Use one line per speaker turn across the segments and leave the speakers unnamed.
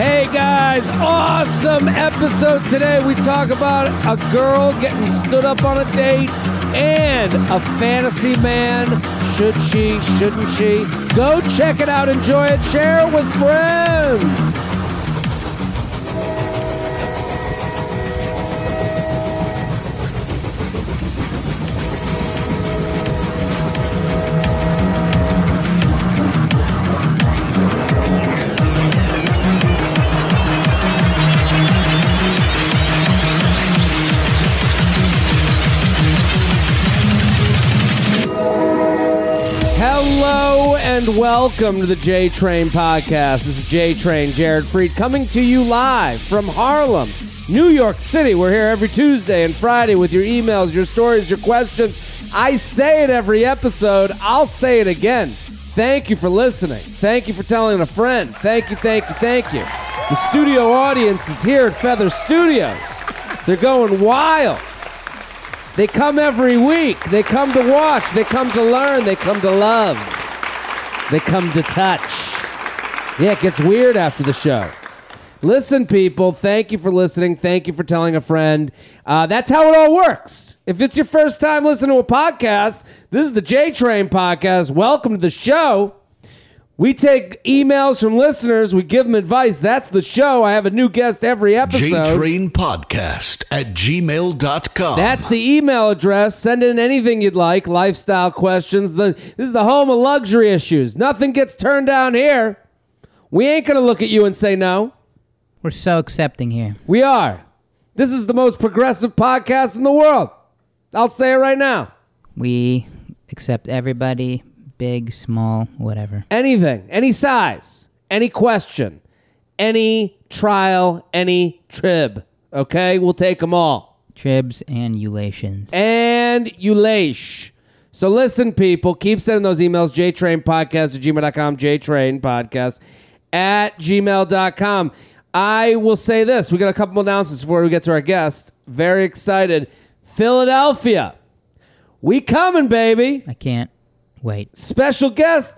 Hey guys, awesome episode today. We talk about a girl getting stood up on a date and a fantasy man. Should she, shouldn't she? Go check it out, enjoy it, share it with friends. Hello and welcome to the J Train Podcast. This is J Train, Jared Freed, coming to you live from Harlem, New York City. We're here every Tuesday and Friday with your emails, your stories, your questions. I say it every episode, I'll say it again. Thank you for listening. Thank you for telling a friend. Thank you, thank you, thank you. The studio audience is here at Feather Studios. They're going wild. They come every week. They come to watch. They come to learn. They come to love. They come to touch. Yeah, it gets weird after the show. Listen, people, thank you for listening. Thank you for telling a friend. Uh, that's how it all works. If it's your first time listening to a podcast, this is the J Train Podcast. Welcome to the show. We take emails from listeners, we give them advice. That's the show. I have a new guest every episode.
jtrainpodcast at gmail.com.
That's the email address. Send in anything you'd like, lifestyle questions. The, this is the home of luxury issues. Nothing gets turned down here. We ain't going to look at you and say no.
We're so accepting here.
We are. This is the most progressive podcast in the world. I'll say it right now.
We accept everybody, big, small, whatever.
Anything, any size, any question, any trial, any trib. Okay? We'll take them all.
Tribs and ulations.
and Ulaish. So listen, people, keep sending those emails, jtrainpodcast at gmail.com, jtrainpodcast at gmail.com. I will say this. We got a couple more announcements before we get to our guest. Very excited. Philadelphia. We coming, baby.
I can't wait.
Special guest,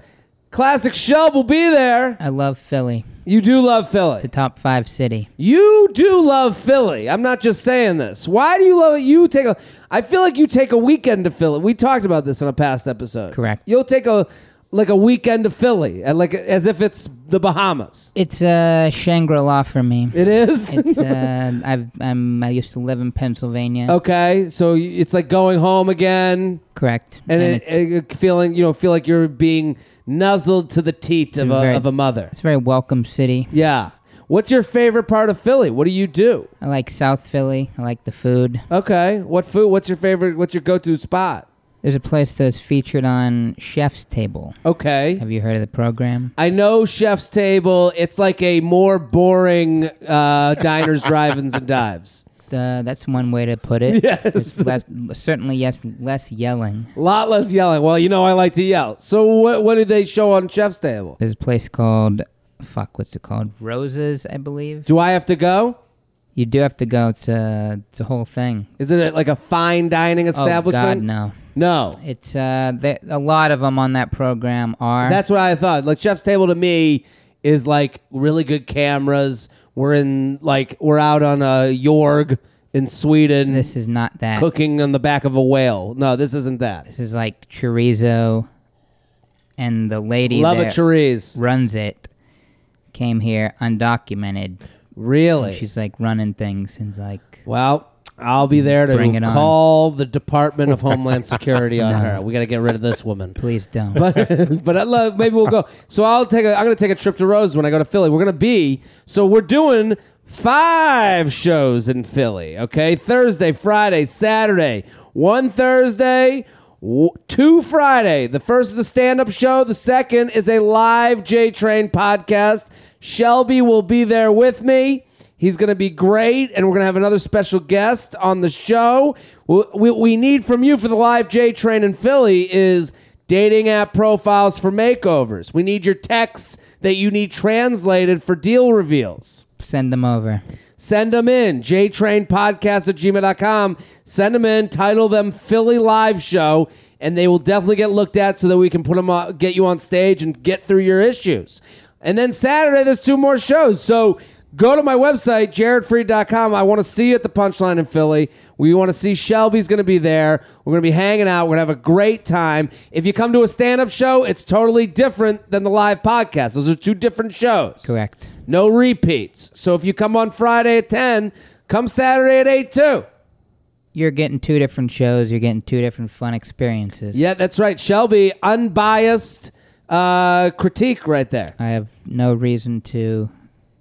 Classic Shub will be there.
I love Philly,
You do love Philly.
the top five city.
You do love Philly. I'm not just saying this. Why do you love it? You take a. I feel like you take a weekend to Philly. We talked about this on a past episode.
Correct.
You'll take a like a weekend to Philly, and like as if it's the Bahamas.
It's uh, Shangri La for me.
It is.
It's uh, I've I'm I used to live in Pennsylvania.
Oh. okay, so y- it's like going home again,
Correct.
and,
And
it, it- feeling you know feel like you're being nuzzled to the teat of a,
very-
of a mother.
it's a very welcome city.
Yeah. What's your favorite part of Philly? What do you do?
I like South Philly. I like the food.
Okay. What food? What's your favorite? What's your go-to spot?
There's a place that's featured on Chef's Table.
Okay.
Have you heard of the program?
I know Chef's Table. It's like a more boring uh, diners, drive-ins, and dives.
Uh, that's one way to put it.
Yes.
There's less, certainly, yes, less yelling.
A lot less yelling. Well, you know I like to yell. So what? What do they show on Chef's Table?
There's a place called, fuck, what's it called? Roses, I believe.
Do I have to go?
You do have to go. It's a, it's a whole thing.
Is it like a fine dining
Oh, God,
establishment?
no.
no.
It's uh, they, a lot of them on that program are.
That's what I thought. Like Chef's Table to me is like really good cameras. We're in like we're out on a Jorg in Sweden,
this is not that.
cooking on the back of a whale. No, this isn't that.
This is like chorizo, and the lady
Love a
that
chorizo.
runs it came here undocumented.
Really?
She's like running things and's like,
Well, I'll be there to
Bring it on.
call the Department of Homeland Security on her. We got to get rid of this woman.
please don't.
But but I love, maybe we'll go. So I'll take a I'm going to take a trip to Rose when I go to Philly. We're going to be so we're doing five shows in Philly, okay? Thursday, Friday, Saturday. One Thursday, w- two Friday. The first is a stand-up show, the second is a live J Train podcast. Shelby will be there with me. He's going to be great, and we're going to have another special guest on the show. What we, we need from you for the live J train in Philly is dating app profiles for makeovers. We need your texts that you need translated for deal reveals.
Send them over.
Send them in. JTrainPodcast at gmail.com. Send them in. Title them Philly Live Show, and they will definitely get looked at so that we can put them on, get you on stage and get through your issues. And then Saturday, there's two more shows. So go to my website, jaredfreed.com. I want to see you at the Punchline in Philly. We want to see Shelby's going to be there. We're going to be hanging out. We're going to have a great time. If you come to a stand up show, it's totally different than the live podcast. Those are two different shows.
Correct.
No repeats. So if you come on Friday at 10, come Saturday at 8 too.
You're getting two different shows. You're getting two different fun experiences.
Yeah, that's right. Shelby, unbiased uh, critique right there.
I have no reason to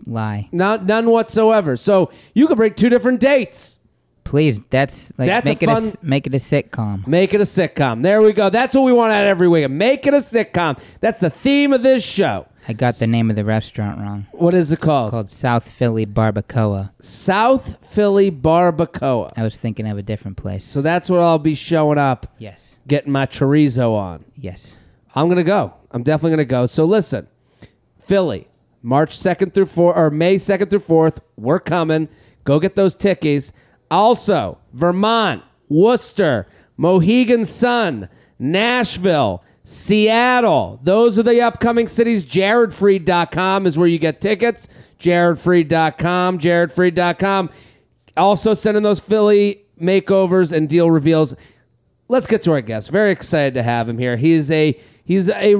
lie.
Not, none whatsoever. So you could bring two different dates.
Please, that's like
That's a
make it
fun-
a s- make it a sitcom.
Make it a sitcom. There we go. That's what we want out every week. Make it a sitcom. That's the theme of this show.
I got the name of the restaurant wrong.
What is it called?
Called South Philly Barbacoa.
South Philly Barbacoa.
I was thinking of a different place.
So that's what I'll be showing up,
yes,
getting my chorizo on.
yes.
I'm gonna go. I'm definitely gonna go. So listen, Philly, March second through four or May second through fourth, we're coming. Go get those tickies. Also, Vermont, Worcester, Mohegan Sun, Nashville, Seattle. Those are the upcoming cities. JaredFreed.com is where you get tickets. JaredFreed.com, JaredFreed.com. Also sending those Philly makeovers and deal reveals let's get to our guest. Very excited to have him here. He is a he's a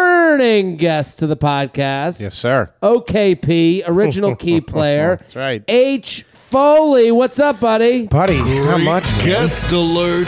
returning guest to the podcast.
Yes, sir.
OKP, original key player. That's
right.
H Foley, what's up, buddy?
Buddy, how much?
Guest alert.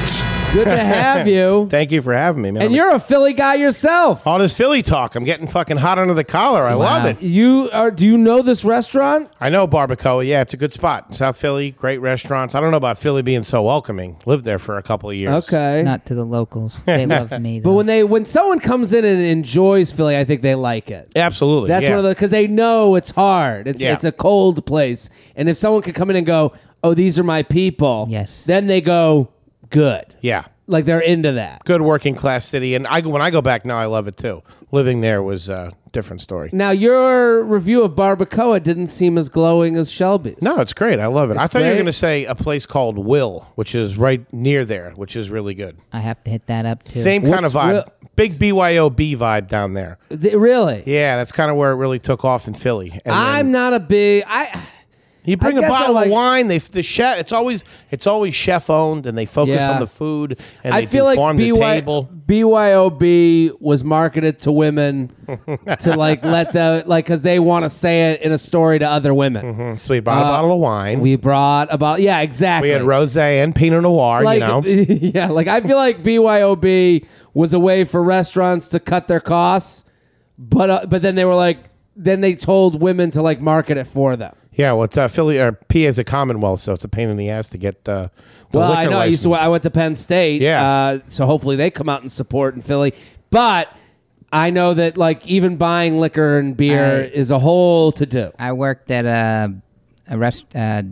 Good to have you.
Thank you for having me, man.
and you're a Philly guy yourself.
all this Philly talk. I'm getting fucking hot under the collar. I love it.
You are do you know this restaurant?
I know Barbacoa. Yeah, it's a good spot. South Philly, great restaurants. I don't know about Philly being so welcoming. Lived there for a couple of years.
Okay.
Not to the locals. They love me. Though.
but when they when someone comes in and enjoys Philly, I think they like it.
Absolutely.
That's
yeah.
one of the because they know it's hard. It's
Yeah.
it's a cold place, and if someone could come in and go, "Oh, these are my people,"
Yes.
then they go good.
Yeah.
Like they're into that.
Good working class city. And I when I go back now, I love it too. Living there was a different story.
Now your review of Barbacoa didn't seem as glowing as Shelby's.
No, it's great. I love it. I
It's
thought you were
great.
going to say a place called Will, which is right near there, which is really good.
I have to hit that up too.
Same kind
What's
of vibe.
Will-
Big BYOB vibe down there.
Th- really.
Yeah, that's kind of where it really took off in Philly. And then
I'm not a big. I
you bring
I
a
guess I
bottle
like-
of wine. They the chef. It's always it's always chef owned, and they focus
Yeah.
on the food. And
I
they
feel
do
like
farm to
BY,
table.
BYOB was marketed to women to like let the like because they want to say it in a story to other women.
Mm, So we bought a bottle of wine. We,
Uh, We brought about yeah exactly.
had rosé and Pinot Noir.
like uh,
you know,
yeah like i feel like byob was a way for restaurants to cut their costs but uh, but then they were like then they told women to like market it for them
yeah. Well, it's uh, Philly or PA is a commonwealth, so it's a pain in the ass to get uh, the
well
liquor
i know i used to
license.
i went to penn state
Yeah.
uh, so hopefully they come out and support in philly but i know that like even buying liquor and beer
I-
is a whole to do
I worked at a a rest uh,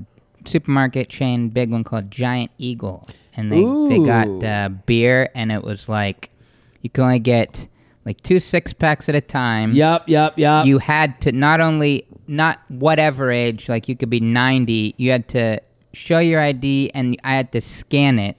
supermarket chain, big one called Giant Eagle, and they they
Ooh.
got uh, beer, and it was like you could only get like two six packs at a time.
yep yep yep
You had to not only not whatever age, like you could be ninety, you had to show your ID, and I had to scan it,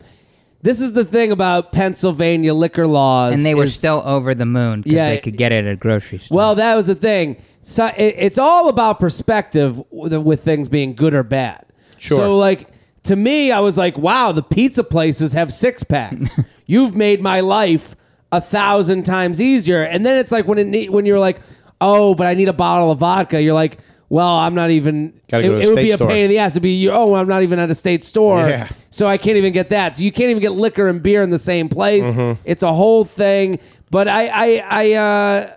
this is the thing about pennsylvania liquor laws
and they were
is-
still over the moon because
Yeah,
they could get it at a grocery store.
Well, that was the thing. So it, it's all about perspective with, with things being good or bad.
Sure.
So, like to me, I was like, "Wow, the pizza places have six packs. You've made my life a thousand times easier." And then it's like when it ne- when you're like, "Oh, but I need a bottle of vodka." You're like. Well, I'm not even.
Gotta
it
go to a
it would
state
be a
store.
pain in the ass. It'd be oh, I'm not even at a state store,
Yeah.
so I can't even get that. So you can't even get liquor and beer in the same place.
Mm-hmm.
It's a whole thing. But I, I, I, uh,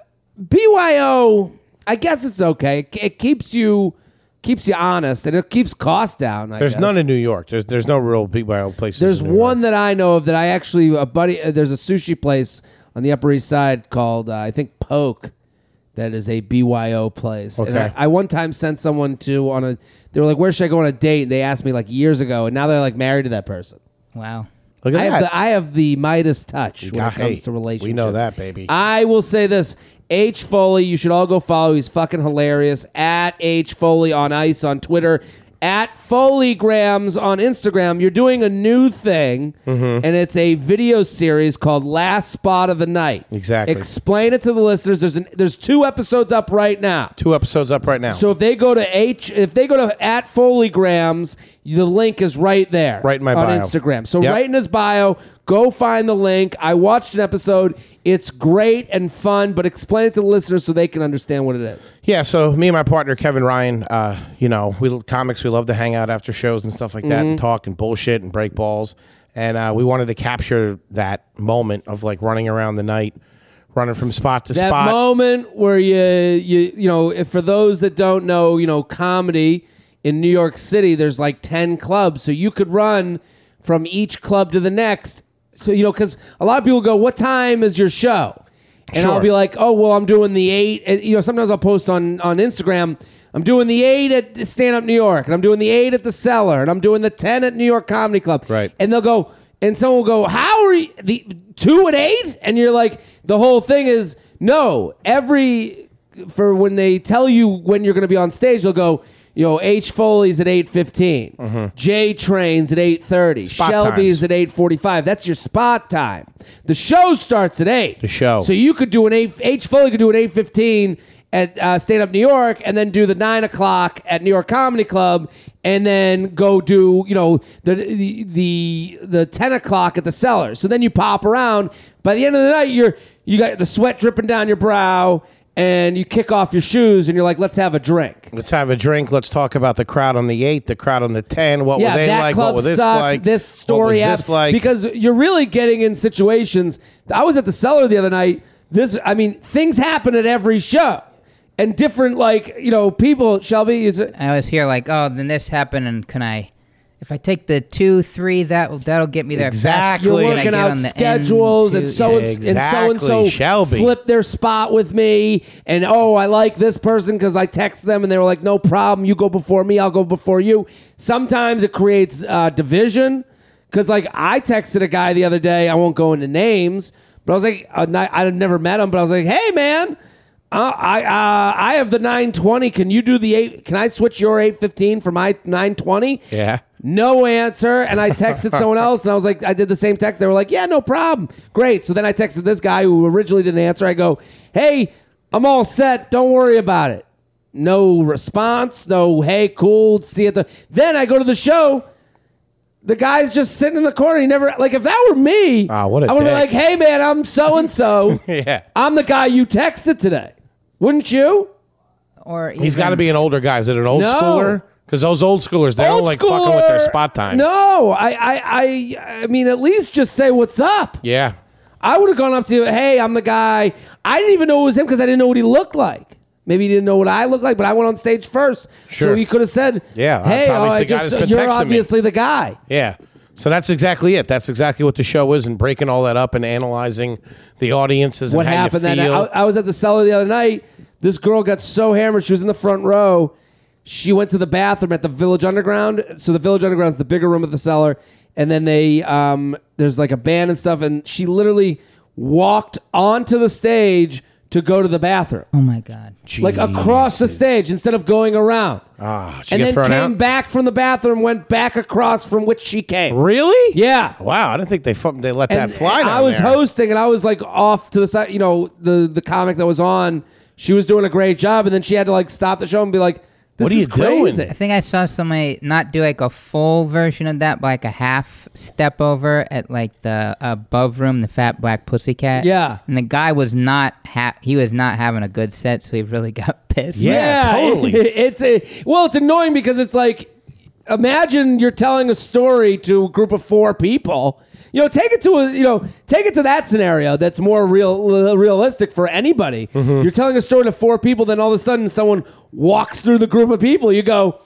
BYO, I guess it's okay. It, it keeps you keeps you honest and it keeps costs down. I
There's
guess.
none in New York. There's there's no real BYO places.
There's
in New York.
one that I know of that I actually a buddy. Uh, there's a sushi place on the Upper East Side called uh, I think Poke. That is a BYO place. And
Okay.
I, I one time sent someone to on a. They were like, "Where should I go on a date?" And they asked me like years ago, and now they're like married to that person.
wow.
Look at
I
that.
have the I have the Midas touch when
Ah,
it comes
hey,
to relationships.
We know that, baby.
I will say this. H Foley, you should all go follow. He's fucking hilarious. At H Foley on Ice on Twitter. at Foleygrams on Instagram. You're doing a new thing,
Mm-hmm.
and it's a video series called Last Spot of the Night.
Exactly.
Explain it to the listeners. There's an, there's two episodes up right now.
Two episodes up right now.
So if they go to H, if they go to at Foleygrams, the link is right there,
Right in my
on
bio.
Instagram. So
Yep.
right in his bio, go find the link. I watched an episode. It's great and fun, but explain it to the listeners so they can understand what it is.
Yeah, so me and my partner Kevin Ryan, uh, you know, we l- comics, we love to hang out after shows and stuff like that,
Mm-hmm.
and talk and bullshit and break balls, and uh, we wanted to capture that moment of like running around the night, running from spot to
That
spot.
moment where you you you know, if for those that don't know, you know, comedy in New York City, there's like ten clubs, so you could run from each club to the next. So you know, because a lot of people go, "What time is your show?" And I'll
Sure.
be like, "Oh, well, I'm doing the eight. And, you know, sometimes I'll post on on Instagram. I'm doing the eight at Stand Up New York, and I'm doing the eight at the Cellar, and I'm doing the ten at New York Comedy Club.
Right.
And they'll go, and someone will go, "How are you, the two at eight? And you're like, the whole thing is no. Every for when they tell you when you're going to be on stage, they'll go. You know, H Foley's at eight J Train's at eight thirty,
Mm-hmm. Spot
Shelby's
times.
at eight forty five. That's your spot time. The show starts at eight. The
show.
So you could do an eight. H Foley could do an eight fifteen at uh, Stand Up New York, and then do the nine o'clock at New York Comedy Club, and then go do you know the the the, the ten o'clock at the Cellar. So then you pop around. By the end of the night, you're you got the sweat dripping down your brow, and you kick off your shoes, and you're like, let's have a drink.
Let's have a drink. Let's talk about the crowd on the eight, the crowd on the ten. What
yeah,
were they
that
like?
club
What was this
sucked.
like?
This
what
story
was
happened
this like?
because you're really getting in situations. I was at the cellar the other night. This, I mean, things happen at every show, and different like you know people. Shelby is it?
I was here like, oh, then this happened, and can I? If I take the two, three, that will that'll get me there. faster.
Exactly.
You're
Can
Can I
I
working
get
out
on the
schedules,
end
and
too?
so
Yeah.
and so and so
Exactly, Shelby.
flip their spot with me, and oh, I like this person because I text them, and they were like, "No problem, you go before me, I'll go before you." Sometimes it creates uh, division because, like, I texted a guy the other day. I won't go into names, but I was like, uh, ni- I'd never met him, but I was like, "Hey, man." Uh, I uh, I have the 920. Can you do the 8? Can I switch your 815 for my 920?
yeah,
No answer. And I texted someone else and I was like, I did the same text. They were like, yeah, no problem. Great. So then I texted this guy who originally didn't answer. I go, hey, I'm all set. Don't worry about it. No response. No, hey, cool. See you at the. Then I go to the show. The guy's just sitting in the corner. He never, like, if that were me,
Ah, what a
I would be
dick.
like, hey, man, I'm so and so.
yeah.
I'm the guy you texted today. Wouldn't you?
Or
He's got to be an older guy. Is it an old
No.
schooler? Because those old schoolers, they don't like fucking with their spot times.
No, I, I, I, I mean, at least just say what's up.
Yeah.
I would have gone up to, hey, I'm the guy. I didn't even know it was him because I didn't know what he looked like. Maybe he didn't know what I looked like, but I went on stage first, so
Sure.
he could have said,
Yeah,
hey,
that's
oh,
obviously
I
the guy
just,
that's been
you're
texting me."
obviously the guy."
Yeah. So that's exactly it. That's exactly what the show is, and breaking all that up and analyzing the audiences.
what
and how
happened
you
that night.
feel.
I, I was at the cellar the other night. This girl got so hammered. She was in the front row. She went to the bathroom at the Village Underground. So the Village Underground's the bigger room of the cellar, and then they um, there's like a band and stuff. And she literally walked onto the stage to go to the bathroom,
Oh my god.
like across the
Jesus.
stage instead of going around.
Ah, she
and
get
then
thrown
came
out.
back from the bathroom, went back across from which she came.
Really?
Yeah,
Wow, I didn't think they fucking they let that fly.
I
down
was
there.
hosting, and I was like off to the side. You know, the the comic that was on, she was doing a great job, and then she had to like stop the show and be like, "This
What are you
is crazy."
doing?
I think I saw somebody not do like a full version of that, but like a half step over at like the above room, the fat black pussycat.
Yeah.
And the guy was not ha- he was not having a good set, so he really got pissed.
Yeah, totally.
it's a well, it's annoying because it's like, imagine you're telling a story to a group of four people. You know, take it to a you know, take it to that scenario that's more real realistic for anybody.
Mm-hmm.
You're telling a story to four people, then all of a sudden someone walks through the group of people. You go.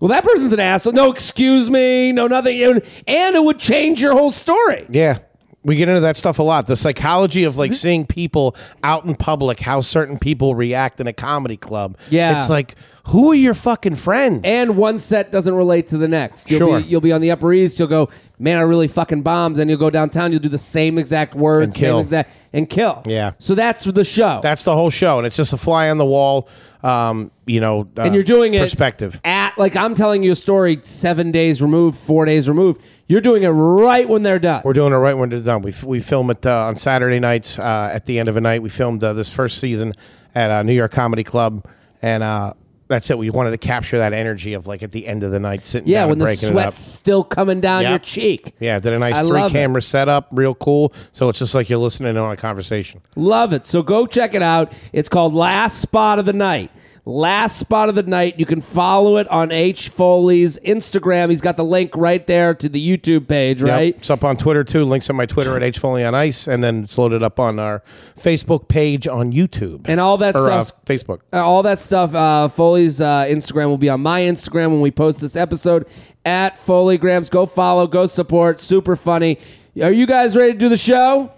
Well, that person's an asshole. No, excuse me. No, nothing. It would- And it would change your whole story.
Yeah. We get into that stuff a lot. The psychology of like seeing people out in public, how certain people react in a comedy club.
Yeah.
It's like, who are your fucking friends?
And one set doesn't relate to the next. You'll
Sure.
Be, you'll be on the Upper East. You'll go, man, I really fucking bombed. Then you'll go downtown, you'll do the same exact words,
And kill.
same exact, and kill.
Yeah.
So that's the show.
That's the whole show, and it's just a fly on the wall, um, you know. Uh,
and you're doing it
perspective.
at like I'm telling you a story seven days removed, four days removed. You're doing it right when they're done.
We're doing it right when it's done. We, f- we film it uh, on Saturday nights uh, at the end of a night. We filmed uh, this first season at uh, New York Comedy Club, and uh, that's it. We wanted to capture that energy of like at the end of the night sitting
yeah,
down
when
and
the
breaking it up.
sweat's still coming down
Yeah.
your cheek.
Yeah, did a nice
I
three
love it.
camera setup, real cool. So it's just like you're listening in on a conversation.
Love it. So go check it out. It's called Last Spot of the Night. Last Spot of the Night. You can follow it on H Foley's Instagram. He's got the link right there to the YouTube page,
Yep.
right?
It's up on Twitter too. Links on my Twitter at H Foley on Ice, and then it's loaded up on our Facebook page on YouTube
And all that
or, uh,
stuff's
Facebook.
Uh, all that stuff. Uh, Foley's uh, Instagram will be on my Instagram when we post this episode at Foleygrams. Go follow, go support. Super funny. Are you guys ready to do the show?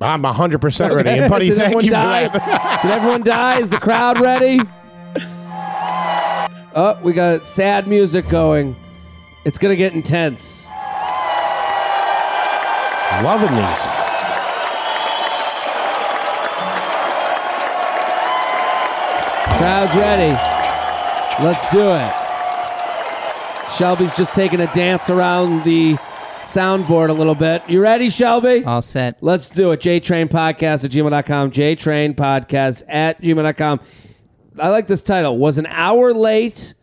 I'm 100 percent ready. And buddy,
Did
thank
everyone
you
die?
for that.
Did everyone die? Is the crowd ready? Oh, we got sad music going. It's gonna get intense.
Loving these.
Crowd's ready. Let's do it. Shelby's just taking a dance around the soundboard a little bit. You ready, Shelby?
All set.
Let's do it. JTrain Podcast at gmail.com. JTrain Podcast at gmail.com. I like this title. Was an hour late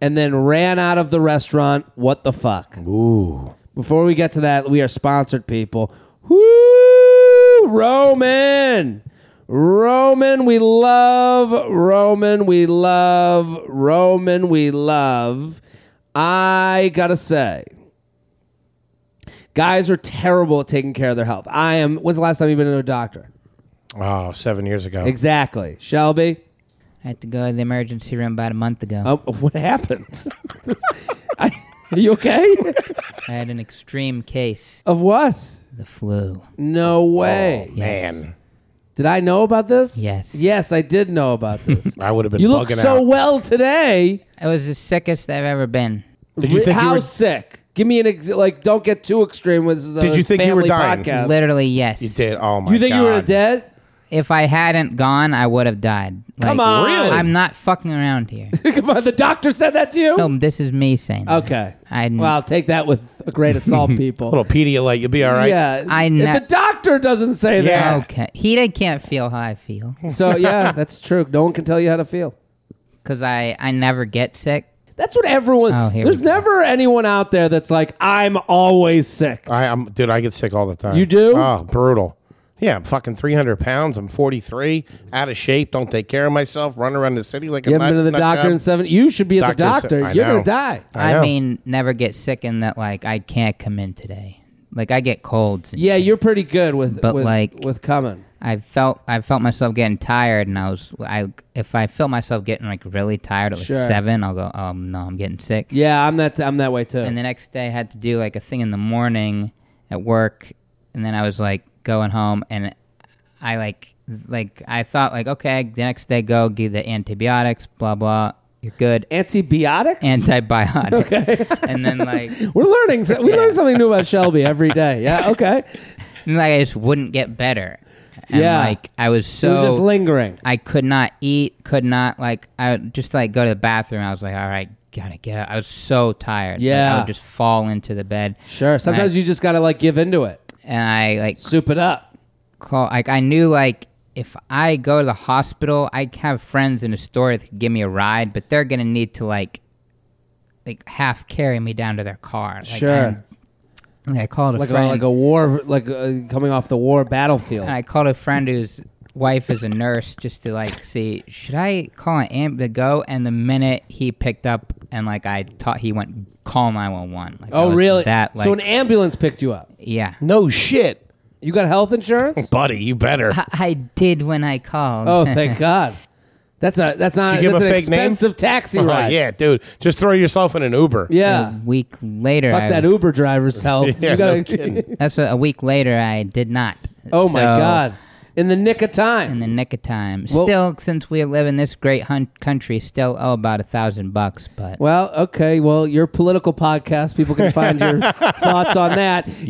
and then ran out of the restaurant. What the fuck? Ooh. Before we get to that, we are sponsored people. Whoo! Roman! Roman, we love Roman. We love Roman. We love. I gotta say, Guys are terrible at taking care of their health. I am. When's the last time you've been to a doctor?
Oh, seven years ago.
Exactly, Shelby.
I had to go to the emergency room about a month ago.
Oh, what happened? I, are you okay?
I had an extreme case,
of what?
the flu.
No way.
Man,
Did I know about this?
Yes.
Yes, I did know about this.
I would have been
you look
bugging
so
out.
well today.
I was the sickest I've ever been.
Did you think
How
you were-
sick? Give me an ex- like. Don't get too extreme. This is a
Did you think you were
family
dying?
podcast.
Literally, yes.
You did. Oh my!
You think you were
God.
dead?
If I hadn't gone, I would have died.
Come on. Really?
I'm not fucking around here.
Come on, the doctor said that to you.
no, this is me saying. that.
Okay.
I
well, I'll take that with a grain of salt, people.
Little Pedialyte, you'll be all right.
Yeah,
I
if
kno-
the doctor doesn't say
Yeah.
Okay. He they can't feel how I feel
that. So yeah, that's true. No one can tell you how to feel.
because I I never get sick.
That's what everyone.
Oh, here we
there's
go.
never anyone out there that's like, I'm always sick.
I, I'm, dude, I get sick all the time.
You do?
Oh, brutal. Yeah, I'm fucking 300 pounds. I'm 43, out of shape. Don't take care of myself. Run around the city like
You
a
haven't been to
nut-
the
nut
doctor
job.
in seven. You should be at the
Doctor
doctor.
in se- I
You're gonna
know.
die.
I
I,
know.
mean, never get sick in that like I can't come in today. Like I get colds.
Yeah, you're pretty good with
But,
with,
like-
with coming.
I felt I felt myself getting tired, and I was I if I feel myself getting like really tired at like
Sure.
seven, I'll go um no I'm getting sick.
Yeah, I'm that. I'm that way too.
And the next day I had to do like a thing in the morning at work, and then I was like going home, and I like like I thought like okay the next day go give the antibiotics blah blah you're good
Antibiotics.
antibiotic and then like and,
We're learning. so- We learn something new about Shelby every day. Yeah. Okay.
like I just wouldn't get better. And,
Yeah.
like I was so
it was just lingering.
I could not eat, could not like I would just like go to the bathroom. I was like, all right, gotta get up. I was so tired. Like, I
Yeah.
would just fall into the bed.
Sure. Sometimes
I-
you just gotta like give into it.
And I like
Soup it up.
call like I knew like if I go to the hospital, I have friends in the store that could give me a ride, but they're gonna need to like like half carry me down to their car. Like,
Sure.
I'm- I called a
like a,
friend.
like a war, like uh, coming off the war battlefield.
And I called a friend whose wife is a nurse just to like see should I call an amp to go? And the minute he picked up and like I taught, he went call nine one one. Like I
oh,
was
really?
That like
so an ambulance picked you up.
yeah.
No shit.
You got health insurance?
Buddy, you better.
I, I did when I called.
oh, thank God. That's a that's not
Did you give
that's
a
an
fake name?
expensive taxi
Oh,
ride.
yeah, dude. Just throw yourself in an Uber.
Yeah.
A week later,
Fuck
I-
that Uber driver's health.
Yeah,
you
no
gotta,
kidding.
That's what, a week later I did not.
Oh, my
So
God. in the nick of time.
in the nick of time.
Well-
still, since we live in this great hunt country, still owe about a thousand bucks. But
Well, okay. Well, your political podcast, people can find your thoughts on that. Guys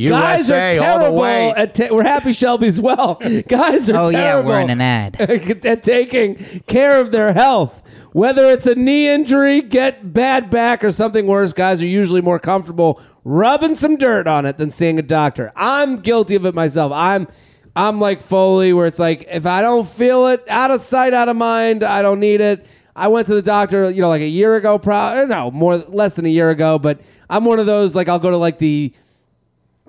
are
USA all the
terrible.
way.
At ta- we're happy Shelby's well. Guys are
oh yeah,
terrible
we're in an ad.
at taking care of their health. Whether it's a knee injury, get bad back, or something worse, guys are usually more comfortable rubbing some dirt on it than seeing a doctor. I'm guilty of it myself. I'm I'm like Foley, where it's like if I don't feel it, out of sight, out of mind, I don't need it. I went to the doctor, you know, like a year ago, probably no more, less than a year ago. But I'm one of those like I'll go to like the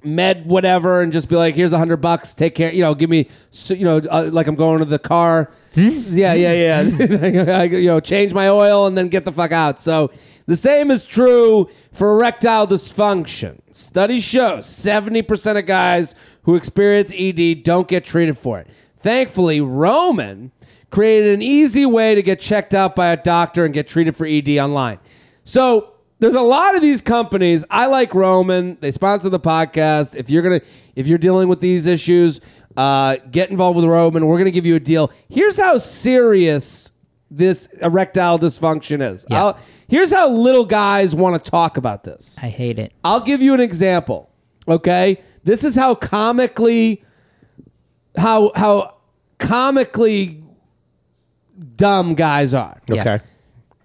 med whatever and just be like here's a hundred bucks take care you know give me so- you know uh, like i'm going to the car yeah yeah yeah I, you know change my oil and then get the fuck out so the same is true for erectile dysfunction studies show 70% of guys who experience ed don't get treated for it thankfully roman created an easy way to get checked out by a doctor and get treated for ed online so there's a lot of these companies. I like Roman. They sponsor the podcast. If you're gonna, if you're dealing with these issues, uh, get involved with Roman. We're gonna give you a deal. Here's how serious this erectile dysfunction is. I'll, here's how little guys want to talk about this.
I hate it.
I'll give you an example. Okay, this is how comically, how how comically dumb guys are.
Yeah.
Okay.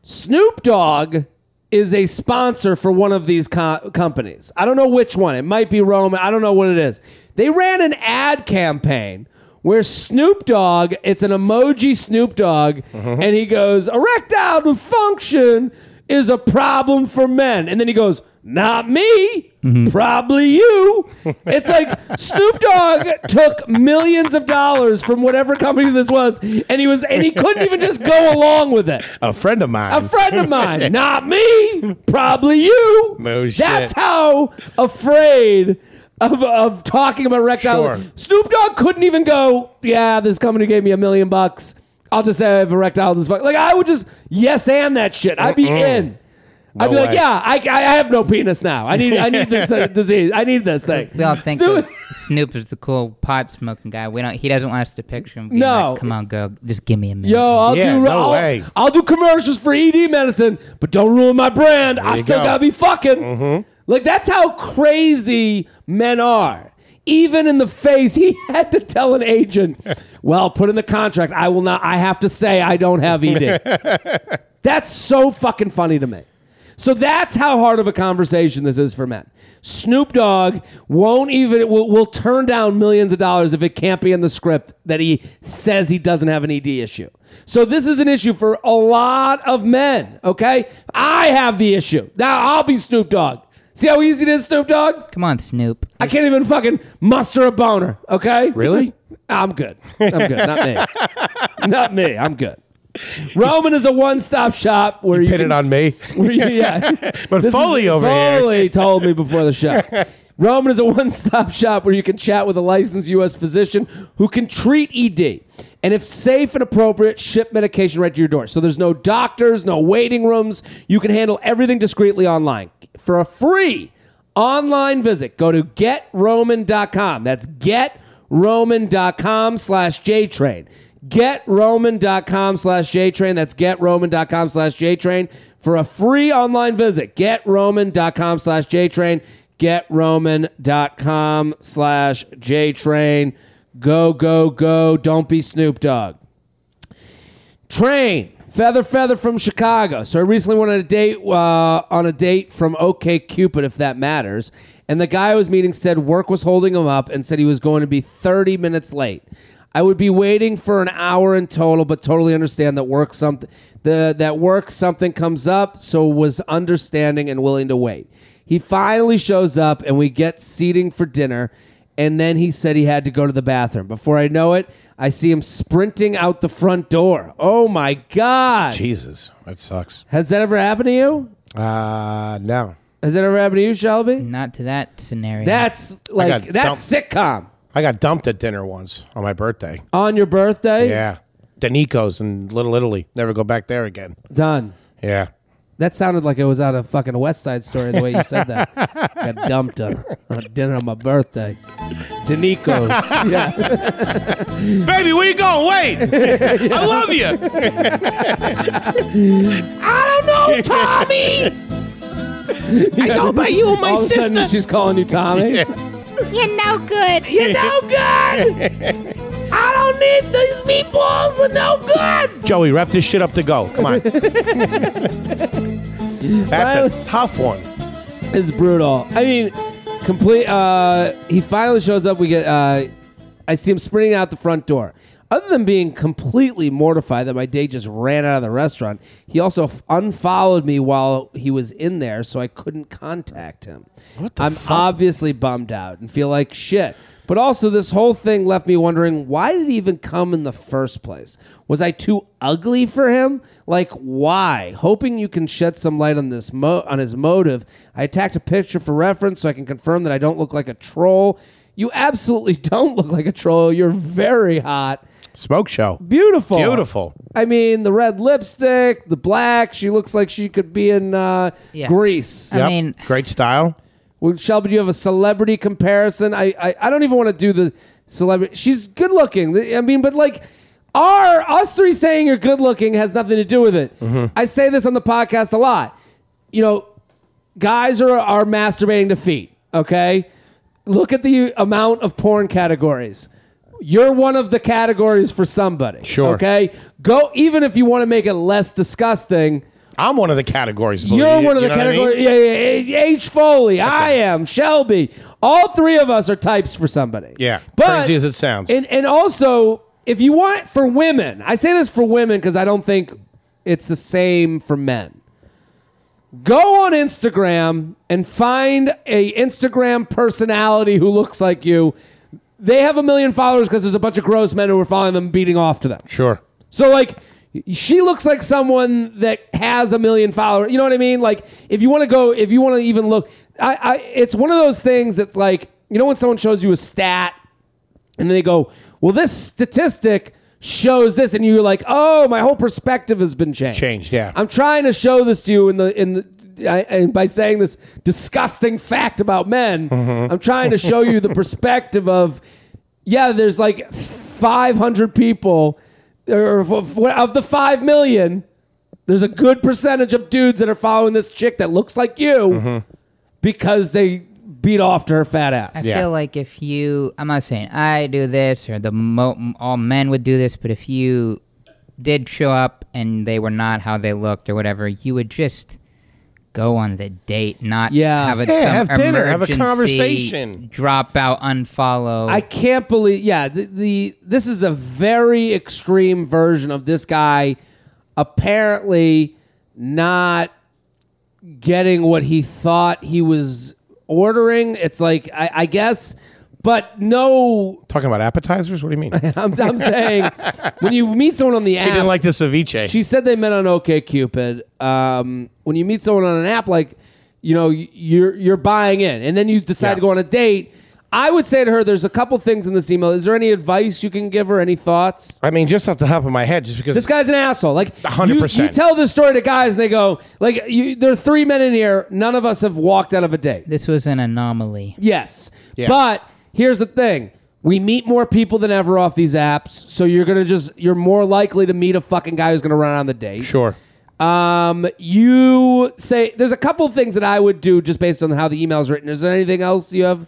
Snoop Dogg is a sponsor for one of these co- companies. I don't know which one. It might be Roman. I don't know what it is. They ran an ad campaign where Snoop Dogg, it's an emoji Snoop Dogg, and he goes, erectile dysfunction is a problem for men. And then he goes, not me, probably you. It's like Snoop Dogg took millions of dollars from whatever company this was, and he was, and he couldn't even just go along with it.
A friend of mine.
A friend of mine, not me, probably you.
No shit.
That's how afraid of, of talking about erectile.
Sure.
Snoop Dogg couldn't even go, yeah, this company gave me a million bucks. I'll just say I have erectile dysfunction. Like, I would just yes and that shit. I'd be in. I'd be like,
way.
yeah, I, I have no penis now. I need I need this uh, disease. I need this thing.
We all think
Snoop-
that Snoop is the cool pot smoking guy. We don't. He doesn't want us to picture him. Being
No.
like, come on, go. Just give me a minute.
Yo, I'll
Yeah,
do
no
I'll,
way.
I'll do commercials for ED medicine, but don't ruin my brand. I
you
still
go. Mm-hmm.
gotta be fucking. Like that's how crazy men are. Even in the face, he had to tell an agent, "Well, put in the contract. I will not. I have to say I don't have E ED." That's so fucking funny to me. So that's how hard of a conversation this is for men. Snoop Dogg won't even will, will turn down millions of dollars if it can't be in the script that he says he doesn't have an ED issue. So this is an issue for a lot of men. Okay, I have the issue now. I'll be Snoop Dogg. See how easy it is, Snoop Dogg.
come on, Snoop.
I can't even fucking muster a boner. Okay,
Really?
I'm good. I'm good. Not me. Not me. I'm good. Roman is a one-stop shop where you,
Pin
can,
it on me.
where you- yeah.
But Foley over here.
Foley told me before the show. Roman is a one stop shop where you can chat with a licensed U.S. physician who can treat ED. And if safe and appropriate, ship medication right to your door. So there's no doctors, no waiting rooms. You can handle everything discreetly online. For a free online visit, go to getroman.com. That's getroman.com slash JTrain getroman.com slash jtrain that's getroman.com slash jtrain for a free online visit getroman.com slash jtrain getroman.com slash jtrain go go go don't be snoop dogg train feather feather from chicago so i recently went on a date uh, on a date from ok cupid if that matters and the guy i was meeting said work was holding him up and said he was going to be 30 minutes late i would be waiting for an hour in total but totally understand that work something the, that work something comes up so was understanding and willing to wait he finally shows up and we get seating for dinner and then he said he had to go to the bathroom. Before I know it, I see him sprinting out the front door. Oh my God.
Jesus, that sucks.
Has that ever happened to you?
Uh, no.
Has that ever happened to you, Shelby?
Not to that scenario.
That's like,
got
that's sitcom.
I got dumped at dinner once on my birthday.
On your birthday?
Yeah. Danico's in Little Italy. Never go back there again.
Done.
Yeah.
That sounded like it was out of fucking West Side Story the way you said that. Got dumped on, on dinner on my birthday. Danico's. yeah.
Baby, where you going? Wait. I love you. I don't know, Tommy. I know about you and my
All of a
sister.
sudden she's calling you Tommy.
You're no good.
You're no good. I don't need these meatballs. Are no good. Joey, wrap this shit up to go. Come on. That's a tough one.
It's brutal. I mean, complete. Uh, he finally shows up. We get. Uh, I see him sprinting out the front door. Other than being completely mortified that my date just ran out of the restaurant, he also f- unfollowed me while he was in there, so I couldn't contact him. What the I'm obviously bummed out and feel like shit. But also, this whole thing left me wondering why did he even come in the first place? Was I too ugly for him? Like, why? Hoping you can shed some light on this mo- on his motive. I attacked a picture for reference so I can confirm that I don't look like a troll. You absolutely don't look like a troll. You're very hot.
Smoke show.
Beautiful.
Beautiful.
I mean, the red lipstick, the black. She looks like she could be in uh,
Yeah.
Greece.
I mean,
great style.
Well, Shelby, do you have a celebrity comparison? I, I, I don't even want to do the celebrity. She's good looking. I mean, but like, our us three saying you're good looking has nothing to do with it. I say this on the podcast a lot. You know, guys are are masturbating to feet. Okay, look at the amount of porn categories. You're one of the categories for somebody.
Sure.
Okay. Go even if you want to make it less disgusting.
I'm one of the categories. believe
You're
it,
one of
you
the
know what I mean?
categories. Yeah, yeah, yeah. H. Foley, I am, Shelby. All three of us are types for somebody.
Yeah,
But,
crazy as it sounds.
And, and also, if you want, for women, I say this for women because I don't think it's the same for men. Go on Instagram and find a Instagram personality who looks like you. They have a million followers because there's a bunch of gross men who are following them, beating off to them.
Sure.
So like she looks like someone that has a million followers. You know what I mean? Like if you want to go, if you want to even look, I, I it's one of those things that's like you know when someone shows you a stat and they go, well, this statistic shows this, and you're like, oh, my whole perspective has been changed.
Changed, yeah.
I'm trying to show this to you in the in the. I, and by saying this disgusting fact about men,
Mm-hmm.
I'm trying to show you the perspective of, yeah, there's like 500 people, or of- of of the five million, there's a good percentage of dudes that are following this chick that looks like you
Mm-hmm.
because they beat off to her fat ass.
I
Yeah.
feel like if you, I'm not saying I do this or the mo- all men would do this, but if you did show up and they were not how they looked or whatever, you would just go on the date, not
Yeah.
have a
Yeah,
some
have dinner, have a
emergency
conversation.
drop out, unfollow.
I can't believe. Yeah, the, the this is a very extreme version of this guy apparently not getting what he thought he was ordering. It's like I, I guess, but no.
Talking about appetizers. What do you mean? I
I'm, I'm saying when you meet someone on the app,
didn't like the ceviche.
she said they met on OKCupid. Um, when you meet someone on an app, like you know, y- you're you're buying in, and then you decide
Yeah.
to go on a date. I would say to her, "There's a couple things in this email. Is there any advice you can give her? Any thoughts?"
I mean, just off the top of my head, just because
This guy's an asshole. Like you-
100%.
You, tell this story to guys, and they go, "Like you, there are three men in here. None of us have walked out of a date."
this was an anomaly.
Yes.
Yeah.
But here's the thing. We meet more people than ever off these apps, so you're gonna just you're more likely to meet a fucking guy who's gonna run on the date.
Sure.
Um, you say there's a couple things that I would do just based on how the email's written. Is there anything else you have?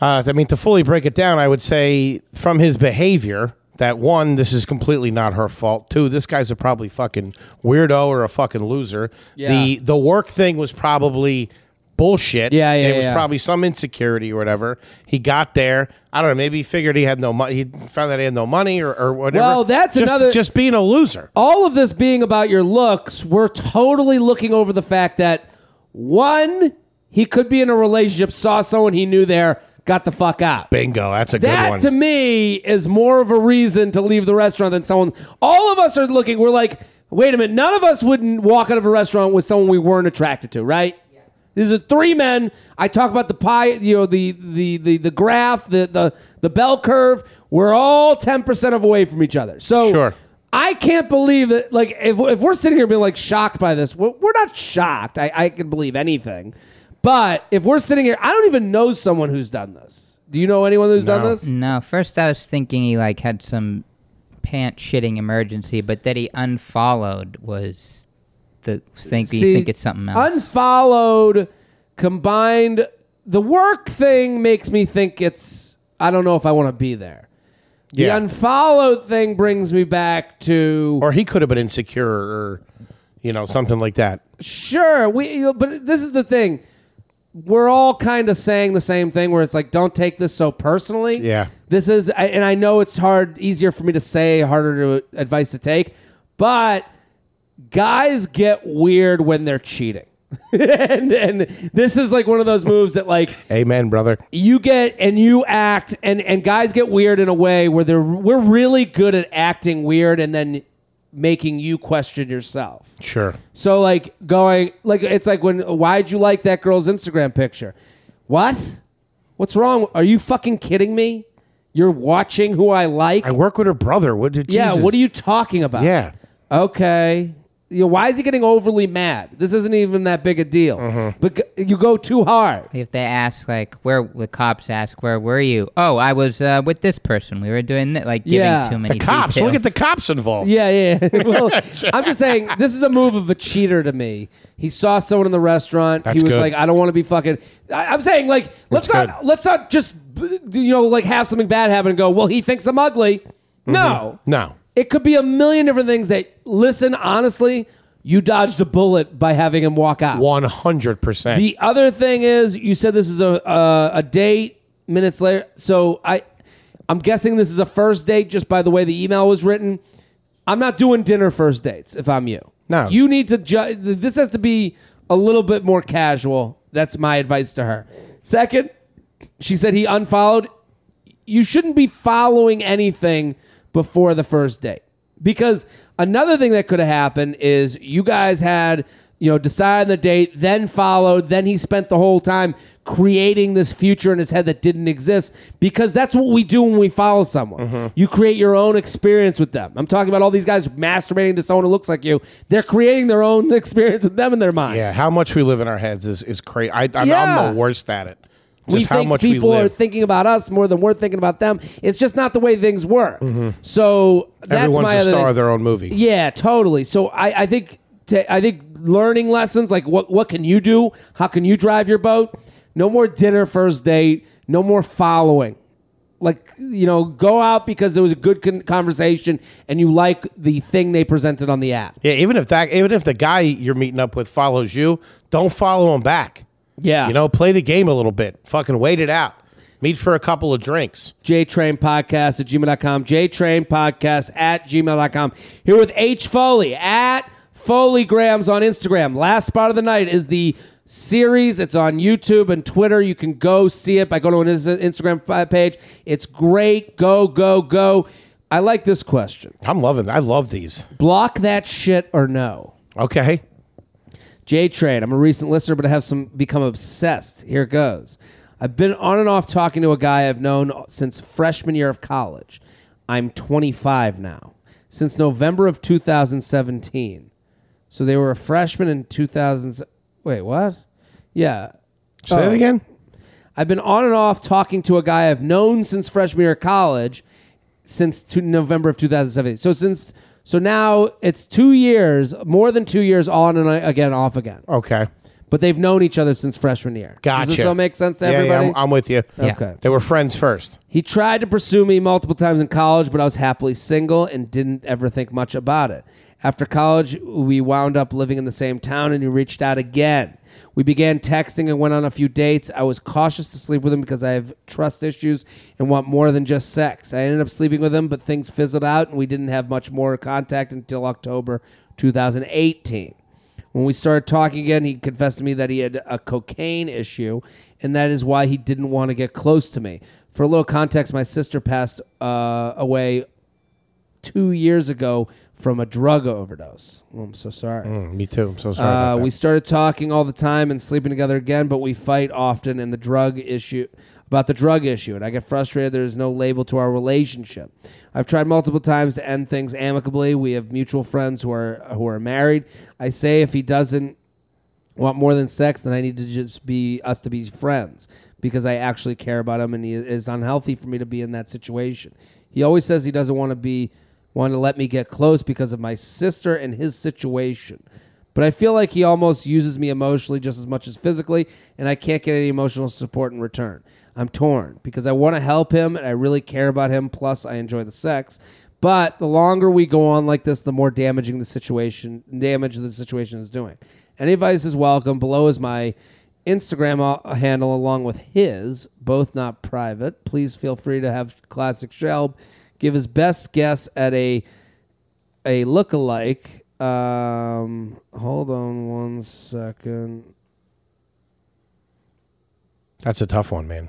Uh, I mean, to fully break it down, I would say from his behavior that one, this is completely not her fault. Two, this guy's a probably fucking weirdo or a fucking loser.
Yeah.
The the work thing was probably bullshit.
Yeah, yeah,
It was
yeah.
probably some insecurity or whatever. He got there. I don't know. Maybe he figured he had no money. He found that he had no money or, or whatever.
Well, that's
just,
another- Oh,
Just being a loser.
All of this being about your looks, we're totally looking over the fact that one, he could be in a relationship, saw someone he knew there, got the fuck out.
Bingo. That's a good one.
That to me is more of a reason to leave the restaurant than someone. All of us are looking. We're like, wait a minute. None of us wouldn't walk out of a restaurant with someone we weren't attracted to, right? These are three men. I talk about the pie, you know, the the the the graph, the the the bell curve. We're all ten percent of away from each other. So
Sure.
I can't believe that. Like, if, if we're sitting here being like shocked by this, we're, we're not shocked. I, I can believe anything. But if we're sitting here, I don't even know someone who's done this. Do you know anyone who's done
No.
this?
No, Mm. first I was thinking he like had some pant shitting emergency, but that he unfollowed was the think you think it's something else.
Unfollowed, combined. The work thing makes me think it's. I don't know if I want to be there.
Yeah.
The unfollowed thing brings me back to
or he could have been insecure or you know something like that.
sure we. You know, but this is the thing. We're all kind of saying the same thing, where it's like, don't take this so personally.
Yeah.
This is, I- and I know it's hard, easier for me to say, harder to advice to take, but guys get weird when they're cheating. and, and this is like one of those moves that like
Amen, brother.
you get and you act and and guys get weird in a way where they're we're really good at acting weird and then making you question yourself.
Sure.
So like going like it's like when why'd you like that girl's Instagram picture? What? What's wrong? Are you fucking kidding me? You're watching who I like?
I work with her brother. What did
yeah,
Jesus.
what are you talking about?
Yeah.
Okay. You know, why is he getting overly mad? This isn't even that big a deal.
Mm-hmm.
But g- you go too hard.
if they ask like where the cops ask where were you? Oh, I was uh, with this person. We were doing that, like giving
Yeah.
too
The
many
The cops. Look at
details.
the cops involved.
Yeah, yeah. yeah. well, I'm just saying this is a move of a cheater to me. He saw someone in the restaurant. he
That's
was
good.
like, I don't want to be fucking. I, I'm saying like, let's
That's
not
good.
let's not just b- you know like have something bad happen and go. Well, he thinks I'm ugly. No,
Mm-hmm. No.
It could be a million different things. That listen, honestly, you dodged a bullet by having him walk out.
One hundred percent.
The other thing is, you said this is a uh, a date. Minutes later, so I, I'm guessing this is a first date just by the way the email was written. I'm not doing dinner first dates if I'm you.
No.
you need to. Ju- this has to be a little bit more casual. That's my advice to her. Second, she said he unfollowed. You shouldn't be following anything before the first date. Because another thing that could have happened is you guys had, you know, decided on the date, then followed, then he spent the whole time creating this future in his head that didn't exist because that's what we do when we follow someone. You create your own experience with them. I'm talking about all these guys masturbating to someone who looks like you. They're creating their own experience with them in their mind.
Yeah. How much we live in our heads is is crazy. I, I'm,
Yeah.
I'm the worst at it. Just
we
how
think
much
people
we
are
live.
thinking about us more than we're thinking about them. It's just not the way things work. So that's
Mm-hmm. Everyone's
my
a
other
star
thing.
of their own movie.
Yeah, totally. So I, I think ta I think learning lessons like what what can you do? How can you drive your boat? No more dinner first date. No more following. Like you know, go out because it was a good con- conversation and you like the thing they presented on the app.
Yeah, even if that, even if the guy you're meeting up with follows you, don't follow him back.
Yeah,
You know, play the game a little bit. Fucking wait it out. Meet for a couple of drinks.
JTrain Podcast at gmail.com. JTrain Podcast at gmail.com. Here with H. Foley at Foleygrams on Instagram. Last spot of the night is the series. It's on YouTube and Twitter. You can go see it by going to an Ins- Instagram fi- page. It's great. Go, go, go. I like this question.
I'm loving. I love these.
Block that shit or no?
Okay.
J Train, I'm a recent listener, but I have some become obsessed. Here it goes. I've been on and off talking to a guy I've known since freshman year of college. I'm 25 now. Since November of 2017. So they were a freshman in 2000. Wait, what? Yeah.
Say that
Oh.
again.
I've been on and off talking to a guy I've known since freshman year of college, since to November of 2017. So since so now it's two years, more than two years on and again, off again
Okay.
but they've known each other since freshman year.
Gotcha.
Does this all make sense to
Yeah,
everybody?
Yeah, I'm, I'm with you.
Yeah.
Okay.
They were friends first.
He tried to pursue me multiple times in college, but I was happily single and didn't ever think much about it. After college, we wound up living in the same town and he reached out again. We began texting and went on a few dates. I was cautious to sleep with him because I have trust issues and want more than just sex. I ended up sleeping with him, but things fizzled out and we didn't have much more contact until October 2018. When we started talking again, he confessed to me that he had a cocaine issue, and that is why he didn't want to get close to me. For a little context, my sister passed uh, away two years ago from a drug overdose. Oh, I'm so sorry.
Mm, me too. I'm so sorry.
Uh,
about that.
we started talking all the time and sleeping together again, but we fight often and the drug issue about the drug issue, and I get frustrated there is no label to our relationship. I've tried multiple times to end things amicably. We have mutual friends who are who are married. I say if he doesn't want more than sex, then I need to just be us to be friends because I actually care about him, and he is unhealthy for me to be in that situation. He always says he doesn't want to be want to let me get close because of my sister and his situation. But I feel like he almost uses me emotionally just as much as physically, and I can't get any emotional support in return. I'm torn because I want to help him and I really care about him, plus, I enjoy the sex. But the longer we go on like this, the more damaging the situation damage the situation is doing. Any advice is welcome. Below is my Instagram uh, handle along with his, both not private. Please feel free to have Classic Shelb give his best guess at a a look-alike. Um, hold on one second.
That's a tough one, man.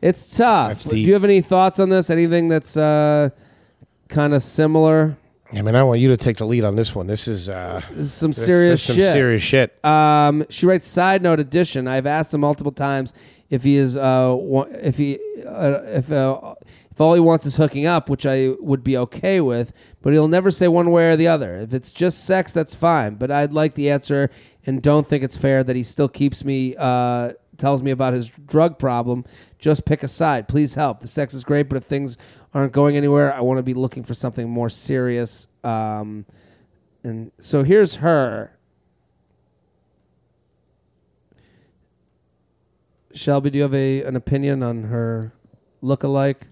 It's tough.
That's
Do
deep.
you have any thoughts on this? Anything that's uh, kind of similar?
I mean, I want you to take the lead on this one. This is uh,
This is some
this is
serious
some
shit.
serious shit.
Um, she writes. Side note addition. I've asked him multiple times if he is uh wa- if he uh, if uh, if all he wants is hooking up, which I would be okay with, but he'll never say one way or the other. If it's just sex, that's fine. But I'd like the answer, and don't think it's fair that he still keeps me uh tells me about his drug problem. Just pick a side. Please help. The sex is great, but if things aren't going anywhere, I want to be looking for something more serious. Um, and so here's her. Shelby, do you have a an opinion on her look-alike?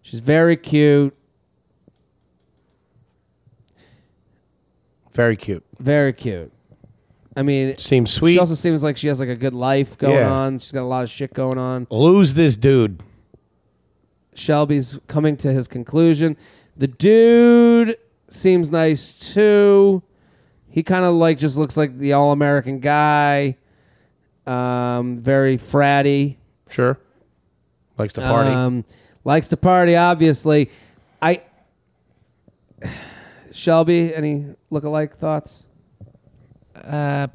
She's very cute,
Very cute.
very cute. I mean,
Seems sweet.
she also seems like she has like a good life going
Yeah.
on. She's got a lot of shit going on.
Lose this dude.
Shelby's coming to his conclusion. The dude seems nice too. He kind of like just looks like the all-American guy. Um, very fratty.
Sure. Likes to party.
Um, likes to party, obviously. I Shelby, any look-alike thoughts?
Uh,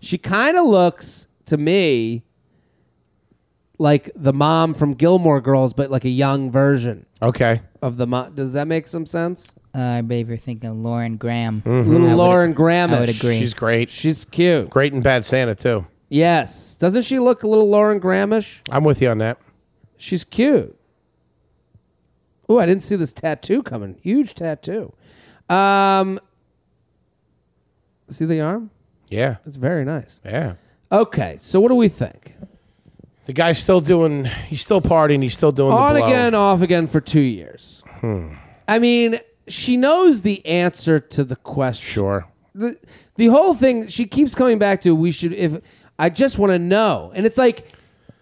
She kind of looks to me like the mom from Gilmore Girls, but like a young version
okay.
of the mom. Does that make some sense?
uh, I believe you're thinking of Lauren Graham.
Little
I would-
Mm-hmm. Lauren Graham.
I would agree.
She's great.
She's cute.
Great and bad Santa too.
Yes. Doesn't she look a little Lauren Grahamish?
I'm with you on that.
She's cute. Ooh, I didn't see this tattoo coming. Huge tattoo. Um, see the arm?
Yeah.
It's very nice.
Yeah.
Okay, so what do we think?
The guy's still doing. He's still partying. He's still doing
On
the blow. Hmm.
again, off again for two years. I mean, she knows the answer to the question.
Sure.
the the whole thing she keeps coming back to we should if I just want to know. And it's like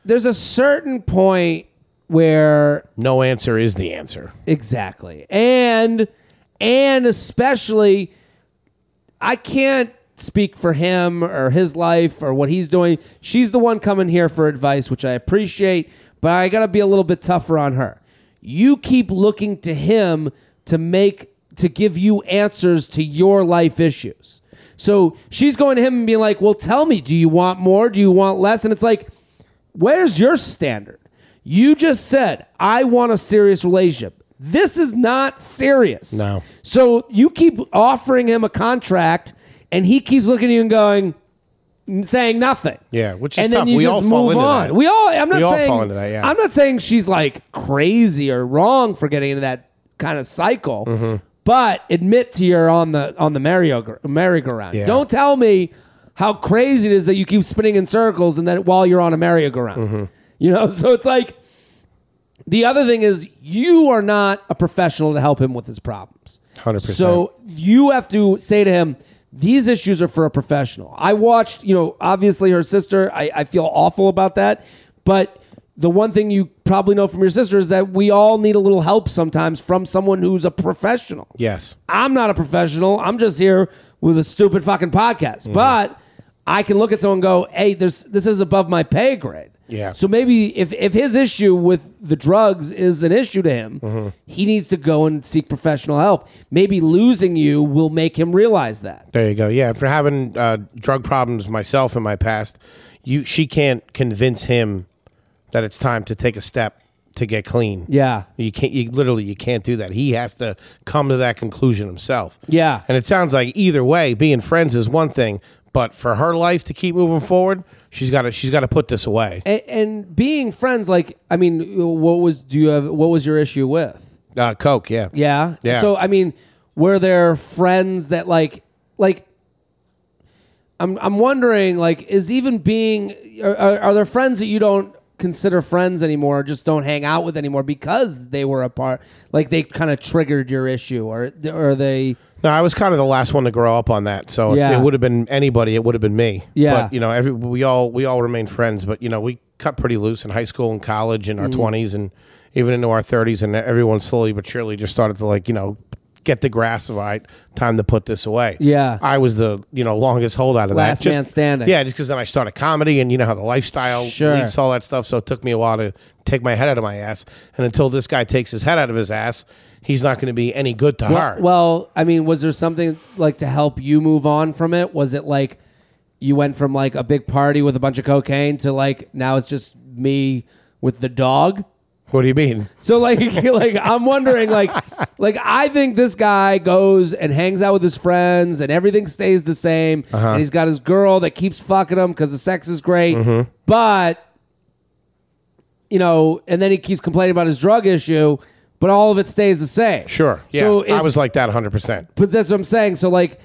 there's a certain point where
No answer is the answer.
exactly. And and especially I can't speak for him or his life or what he's doing. She's the one coming here for advice, which I appreciate, but I got to be a little bit tougher on her. You keep looking to him to make to give you answers to your life issues. So she's going to him and being like, "Well, tell me, do you want more? Do you want less?" And it's like, "Where's your standard? You just said I want a serious relationship. This is not serious."
No.
So you keep offering him a contract, and he keeps looking at you and going, and saying nothing.
Yeah, which is
and
tough.
Then you
We
just
all
move
fall into
on.
that.
We all. I'm not
We all
saying.
fall into that, yeah.
I'm not saying she's like crazy or wrong for getting into that kind of cycle. But admit to you're on the on the merry-go- merry-go-round.
Yeah.
Don't tell me how crazy it is that you keep spinning in circles and then while you're on a merry-go-round. You know, so it's like the other thing is you are not a professional to help him with his problems.
100%.
So you have to say to him, these issues are for a professional. I watched, you know, obviously her sister. I, I feel awful about that. But the one thing you probably know from your sister is that we all need a little help sometimes from someone who's a professional.
Yes.
I'm not a professional. I'm just here with a stupid fucking podcast. But I can look at someone and go, hey, there's, this is above my pay grade.
Yeah.
So maybe if if his issue with the drugs is an issue to him, he needs to go and seek professional help. Maybe losing you will make him realize that.
There you go. Yeah, for having uh, drug problems myself in my past, you she can't convince him that it's time to take a step to get clean.
Yeah.
You can't. You literally you can't do that. He has to come to that conclusion himself.
Yeah.
And it sounds like either way, being friends is one thing, but for her life to keep moving forward, she's got to she's got to put this away.
And, and being friends, like I mean, what was do you have? What was your issue with?
Uh, Coke. Yeah.
Yeah.
Yeah.
So I mean, were there friends that like like I'm I'm wondering like is even being are, are, are there friends that you don't consider friends anymore or just don't hang out with anymore because they were apart like they kind of triggered your issue or or they
No, I was kind of the last one to grow up on that. So
Yeah.
if it would have been anybody, it would have been me.
Yeah.
But you know, every we all we all remain friends, but you know, we cut pretty loose in high school and college
Mm.
and our twenties and even into our thirties and everyone slowly but surely just started to like, you know, get the grasp of all right, time to put this away.
Yeah.
I was the, you know, longest holdout of
Last
that. Just-
man standing.
Yeah, just because then I started comedy and you know how the lifestyle
Sure.
leads to all that stuff. So it took me a while to take my head out of my ass. And until this guy takes his head out of his ass, he's not going to be any good to her.
Well, I mean, was there something like to help you move on from it? Was it like you went from like a big party with a bunch of cocaine to like now it's just me with the dog?
what do you mean?
So like like I'm wondering like like I think this guy goes and hangs out with his friends and everything stays the same
Uh-huh.
and he's got his girl that keeps fucking him cuz the sex is great
Mm-hmm.
but you know and then he keeps complaining about his drug issue but all of it stays the same.
Sure. Yeah.
So
I
if-
was like that 100%.
but that's what I'm saying. So like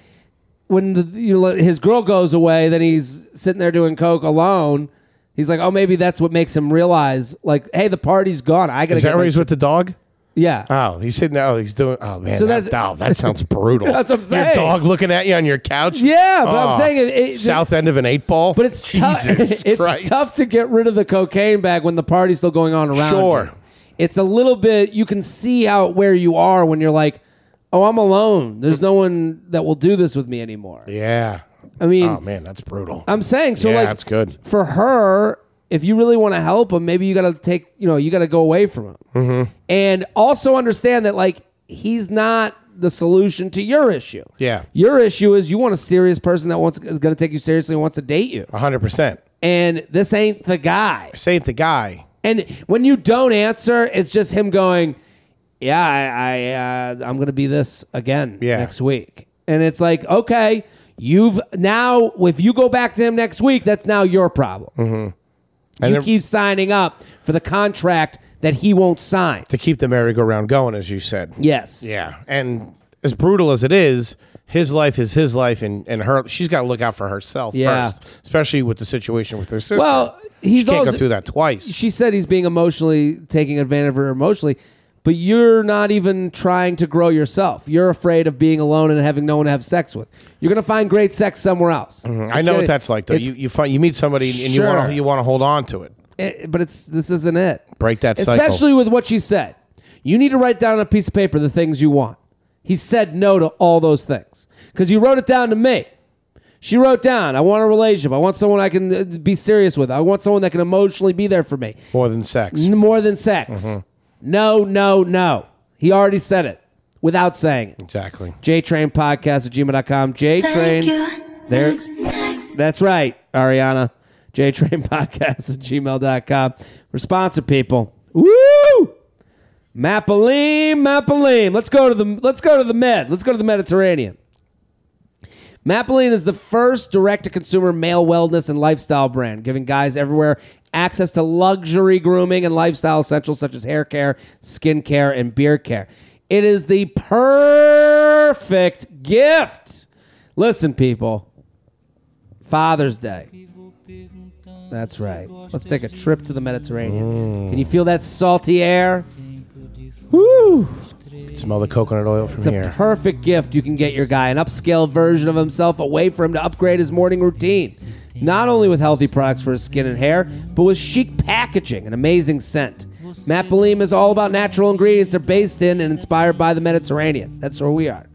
when the, you know, his girl goes away, then he's sitting there doing coke alone. He's like, oh, maybe that's what makes him realize, like, hey, the party's gone. I gotta
Is
get
that
my
where he's
shit-
with the dog?
Yeah.
Oh, he's sitting there. Oh, he's doing. Oh, man.
So
that,
that's-
oh, that sounds brutal.
That's what I'm
Your
saying.
dog looking at you on your couch?
Yeah, but I'm
Oh,
saying it- it-
South end of an eight ball?
but it's tough.
Jesus
it's
Christ.
tough to get rid of the cocaine bag when the party's still going on around.
Sure.
you. It's a little bit. You can see out where you are when you're like, oh, I'm alone. There's no one that will do this with me anymore.
Yeah.
I mean,
Oh, man. That's brutal.
I'm saying so.
yeah,
like,
that's good.
for her, if you really want to help him, maybe you got to take, you know, you got to go away from him.
Mm-hmm.
And also understand that, like, he's not the solution to your issue.
Yeah.
Your issue is you want a serious person that wants is going to take you seriously and wants to date you.
100%.
And this ain't the guy.
This ain't the guy.
And when you don't answer, it's just him going, "Yeah, I, I uh, I'm going to be this again
Yeah.
next week." And it's like, okay, you've now if you go back to him next week, that's now your problem.
Mm. And
you
then-
keep signing up for the contract that he won't sign.
To keep the merry-go-round going, as you said.
Yes.
Yeah, and as brutal as it is, his life is his life, and and her she's got to look out for herself
Yeah.
first, especially with the situation with her sister.
Well, he's
she can't
also-
go through that twice.
She said he's being emotionally taking advantage of her emotionally, but you're not even trying to grow yourself. You're afraid of being alone and having no one to have sex with. You're gonna find great sex somewhere else.
Mm-hmm. I
It's
know
gonna-
what that's like, though.
it's-
You you find you meet somebody and you
Sure.
want to you want to hold on to it.
it, eh, but it's this isn't it.
Break that cycle.
Especially with what she said. You need to write down on a piece of paper the things you want. He said no to all those things because you wrote it down to me. She wrote down, I want a relationship. I want someone I can uh, be serious with. I want someone that can emotionally be there for me.
More than sex.
N- More than sex. No, no, no. He already said it without saying it.
Exactly.
JTrain Podcast at gmail.com.
Thank
JTrain.
you.
There-
Looks nice.
That's right, Ariana. JTrain Podcast at gmail.com. We're sponsored people. Woo! Mapalim, Mapalim. Let's go to the let's go to the Med. Let's go to the Mediterranean. Mapaline is the first direct to consumer male wellness and lifestyle brand, giving guys everywhere access to luxury grooming and lifestyle essentials such as hair care, skin care, and beard care. It is the perfect gift. Listen, people, Father's Day. That's right. Let's take a trip to the Mediterranean. Can you feel that salty air? Woo!
Smell the coconut oil from
It's
here.
a perfect gift you can get your guy an upscale version of himself, a way for him to upgrade his morning routine. Not only with healthy products for his skin and hair, but with chic packaging and amazing scent. Mapalim is all about natural ingredients. They're based in and inspired by the Mediterranean. That's where we are.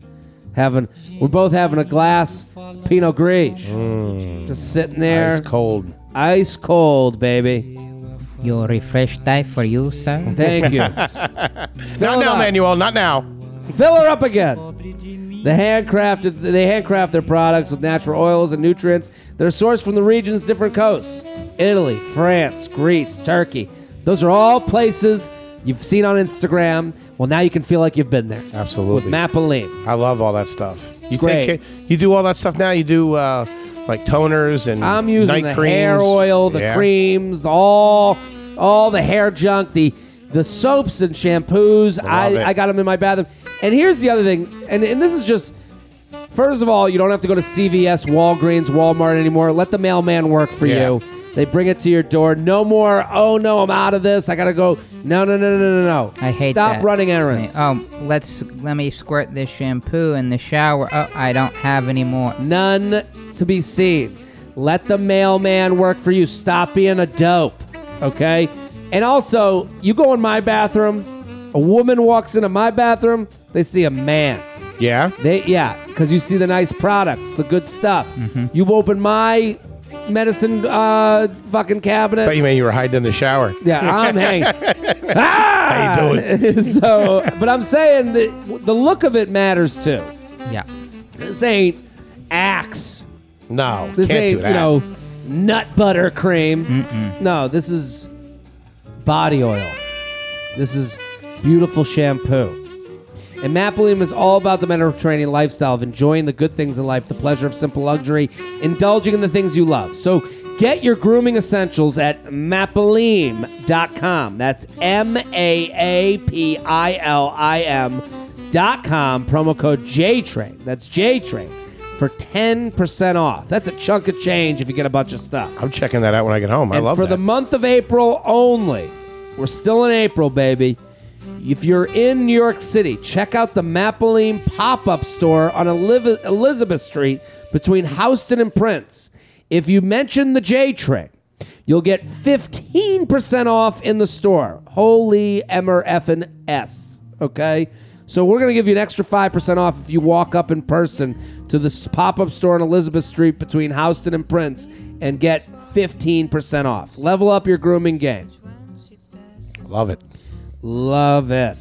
Having we're both having a glass Pinot Gris, just sitting there,
It's cold.
ice cold, baby.
your refresh type for you, sir.
Thank you.
Not
Fill it
now,
up.
Manuel. Not now.
Fill her up again. The handcrafted, they handcraft their products with natural oils and nutrients that are sourced from the region's different coasts Italy, France, Greece, Turkey. Those are all places you've seen on Instagram. Well, now you can feel like you've been there.
Absolutely.
With Mapaline.
I love all that stuff. you
great.
take care, you do all that stuff now. You do uh, like toners and
I'm using
night
the
creams.
hair oil, the
Yeah.
creams, all all the hair junk, the the soaps and shampoos.
I love
I,
it.
I got them in my bathroom. And here's the other thing, and, and this is just first of all, you don't have to go to CVS, Walgreens, Walmart anymore. Let the mailman work for
Yeah.
you. They bring it to your door. No more, oh no, I'm out of this. I gotta go. No, no, no, no, no, no, no.
I hate
Stop
that.
running errands.
Oh, let's let me squirt this shampoo in the shower. Oh, I don't have any more.
None to be seen. Let the mailman work for you. Stop being a dope, okay? And also, you go in my bathroom, a woman walks into my bathroom, they see a man.
Yeah.
They yeah, because you see the nice products, the good stuff.
Mm-hmm.
You open my medicine uh, fucking cabinet.
Thought you meant you were hiding in the shower.
Yeah, I'm hanging. ah!
How you
so, but I'm saying that the look of it matters too.
Yeah.
This ain't Axe.
No,
This
can't
ain't
do that.
you know nut butter cream. No, this is body oil. This is beautiful shampoo. And Mapalim is all about the Mediterranean lifestyle of enjoying the good things in life, the pleasure of simple luxury, indulging in the things you love. So get your grooming essentials at mapalim.com. That's M A A P I L I M.com. Promo code JTRAIN. That's JTRAIN for 10% off. That's a chunk of change if you get a bunch of stuff.
I'm checking that out when I get home. I
And
love
for
that.
the month of April only, we're still in April, baby. If you're in New York City, check out the Mapaline pop up store on Eliv- Elizabeth Street between Houston and Prince. If you mention the J Train, you'll get 15% off in the store. Holy emmer effing S, okay? So we're going to give you an extra 5% off if you walk up in person to this pop up store on Elizabeth Street between Houston and Prince and get 15% off. Level up your grooming game.
love it.
Love it.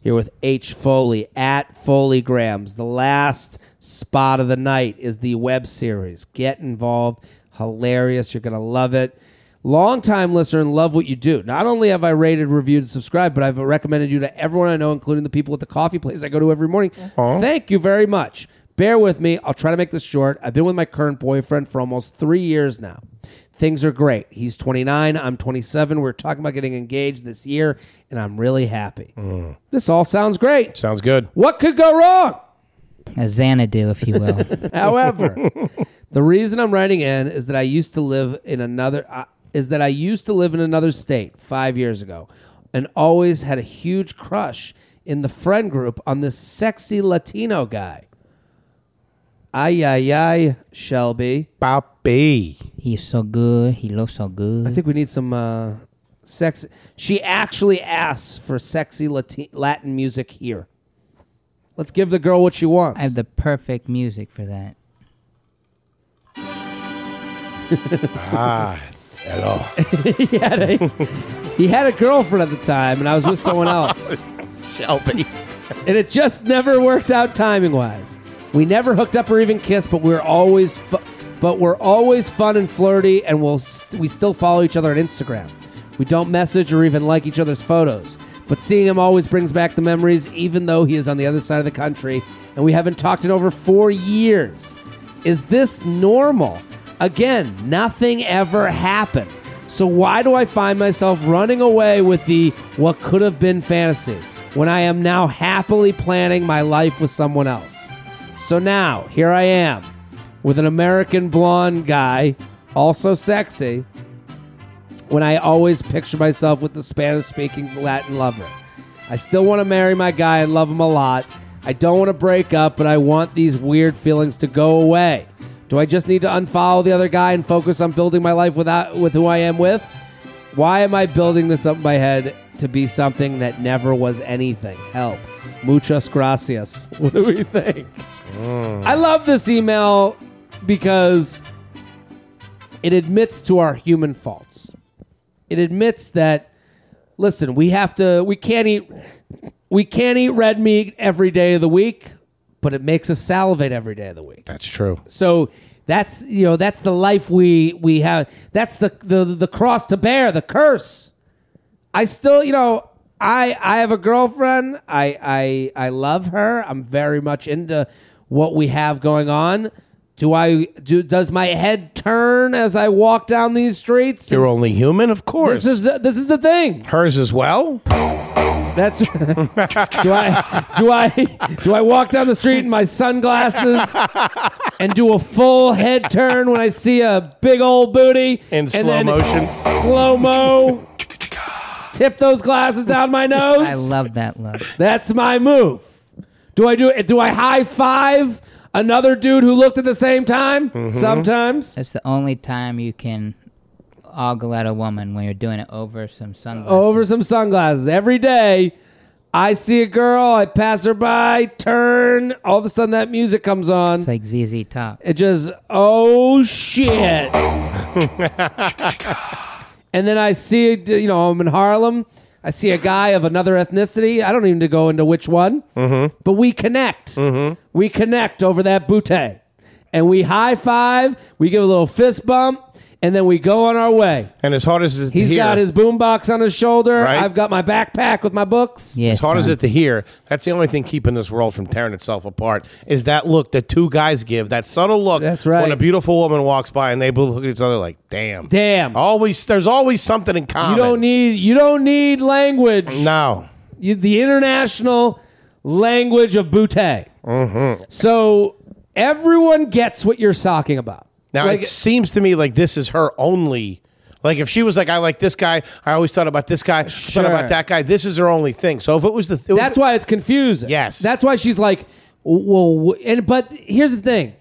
Here with H Foley at Foleygrams. The last spot of the night is the web series. Get involved. Hilarious. You're going to love it. Longtime listener and love what you do. Not only have I rated, reviewed, and subscribed, but I've recommended you to everyone I know, including the people at the coffee place I go to every morning. Thank you very much. Bear with me. I'll try to make this short. I've been with my current boyfriend for almost three years now. Things are great. He's 29, I'm 27. We're talking about getting engaged this year, and I'm really happy. This all sounds great.
Sounds good.
What could go wrong?
A Xanadu, if you will.
However, the reason I'm writing in is that I used to live in another uh, is that I used to live in another state 5 years ago and always had a huge crush in the friend group on this sexy Latino guy. Ay ay ay, Shelby.
Poppy.
He's so good. He looks so good.
I think we need some uh sex she actually asks for sexy Lati- Latin music here. Let's give the girl what she wants.
I have the perfect music for that.
Ah, Hello.
he had a girlfriend at the time and I was with someone else.
Shelby.
and it just never worked out timing wise. We never hooked up or even kissed, but we're always, fu- but we're always fun and flirty, and we'll st- we still follow each other on Instagram. We don't message or even like each other's photos, but seeing him always brings back the memories, even though he is on the other side of the country, and we haven't talked in over four years. Is this normal? Again, nothing ever happened. So why do I find myself running away with the what could have been fantasy when I am now happily planning my life with someone else? So now, here I am with an American blonde guy, also sexy, when I always picture myself with the Spanish speaking Latin lover. I still want to marry my guy and love him a lot. I don't want to break up, but I want these weird feelings to go away. Do I just need to unfollow the other guy and focus on building my life without with who I am with? Why am I building this up in my head to be something that never was anything? Help. Muchas gracias. What do we think? I love this email because It admits to our human faults. It admits that listen, we have to we can't eat we can't eat red meat every day of the week, but it makes us salivate every day of the week.
That's true.
So that's you know that's the life we we have. That's the the the cross to bear, the curse. I still you know I I have a girlfriend. I I I love her. I'm very much into what we have going on. Do I do? Does my head turn as I walk down these streets?
You're
It's-
only human, of course.
This is uh, this is the thing.
hers as well.
That's do I do I do I walk down the street in my sunglasses and do a full head turn when I see a big old booty
In
and
slow
then
motion.
slow mo, tip those glasses down my nose.
I love that look.
That's my move. Do I do it? Do I high five another dude who looked at the same time?
Mm-hmm.
Sometimes.
That's the only time you can ogle at a woman when you're doing it over some sunglasses.
over some sunglasses every day. I see a girl, I pass her by, turn, all of a sudden that music comes on.
It's like ZZ Top.
It just, oh shit. and then I see, you know, I'm in Harlem. I see a guy of another ethnicity. I don't even need to go into which one, mm-hmm. but we connect. Mm-hmm. We connect over that bootay. And we high five, we give a little fist bump, and then we go on our way.
And as hard as it's
He's
to hear,
got his boombox on his shoulder.
Right.
I've got my backpack with my books.
Yes.
as hard as
son.
it to hear, that's the only thing keeping this world from tearing itself apart is that look that two guys give, that subtle look.
That's right.
When a beautiful woman walks by and they both look at each other like, damn.
Damn.
Always, there's always something in common.
You don't need you don't need language.
No.
You, the international language of bootay.
Mm-hmm.
So everyone gets what you're talking about.
Now
Like-
it seems to me like this is her only. Like if she was like, I like this guy. I always thought about this guy.
Sure.
Thought about that guy. This is her only thing. So if it was the, it was-
That's why it's confusing.
Yes.
That's why she's like, well, wh- and but here's the thing.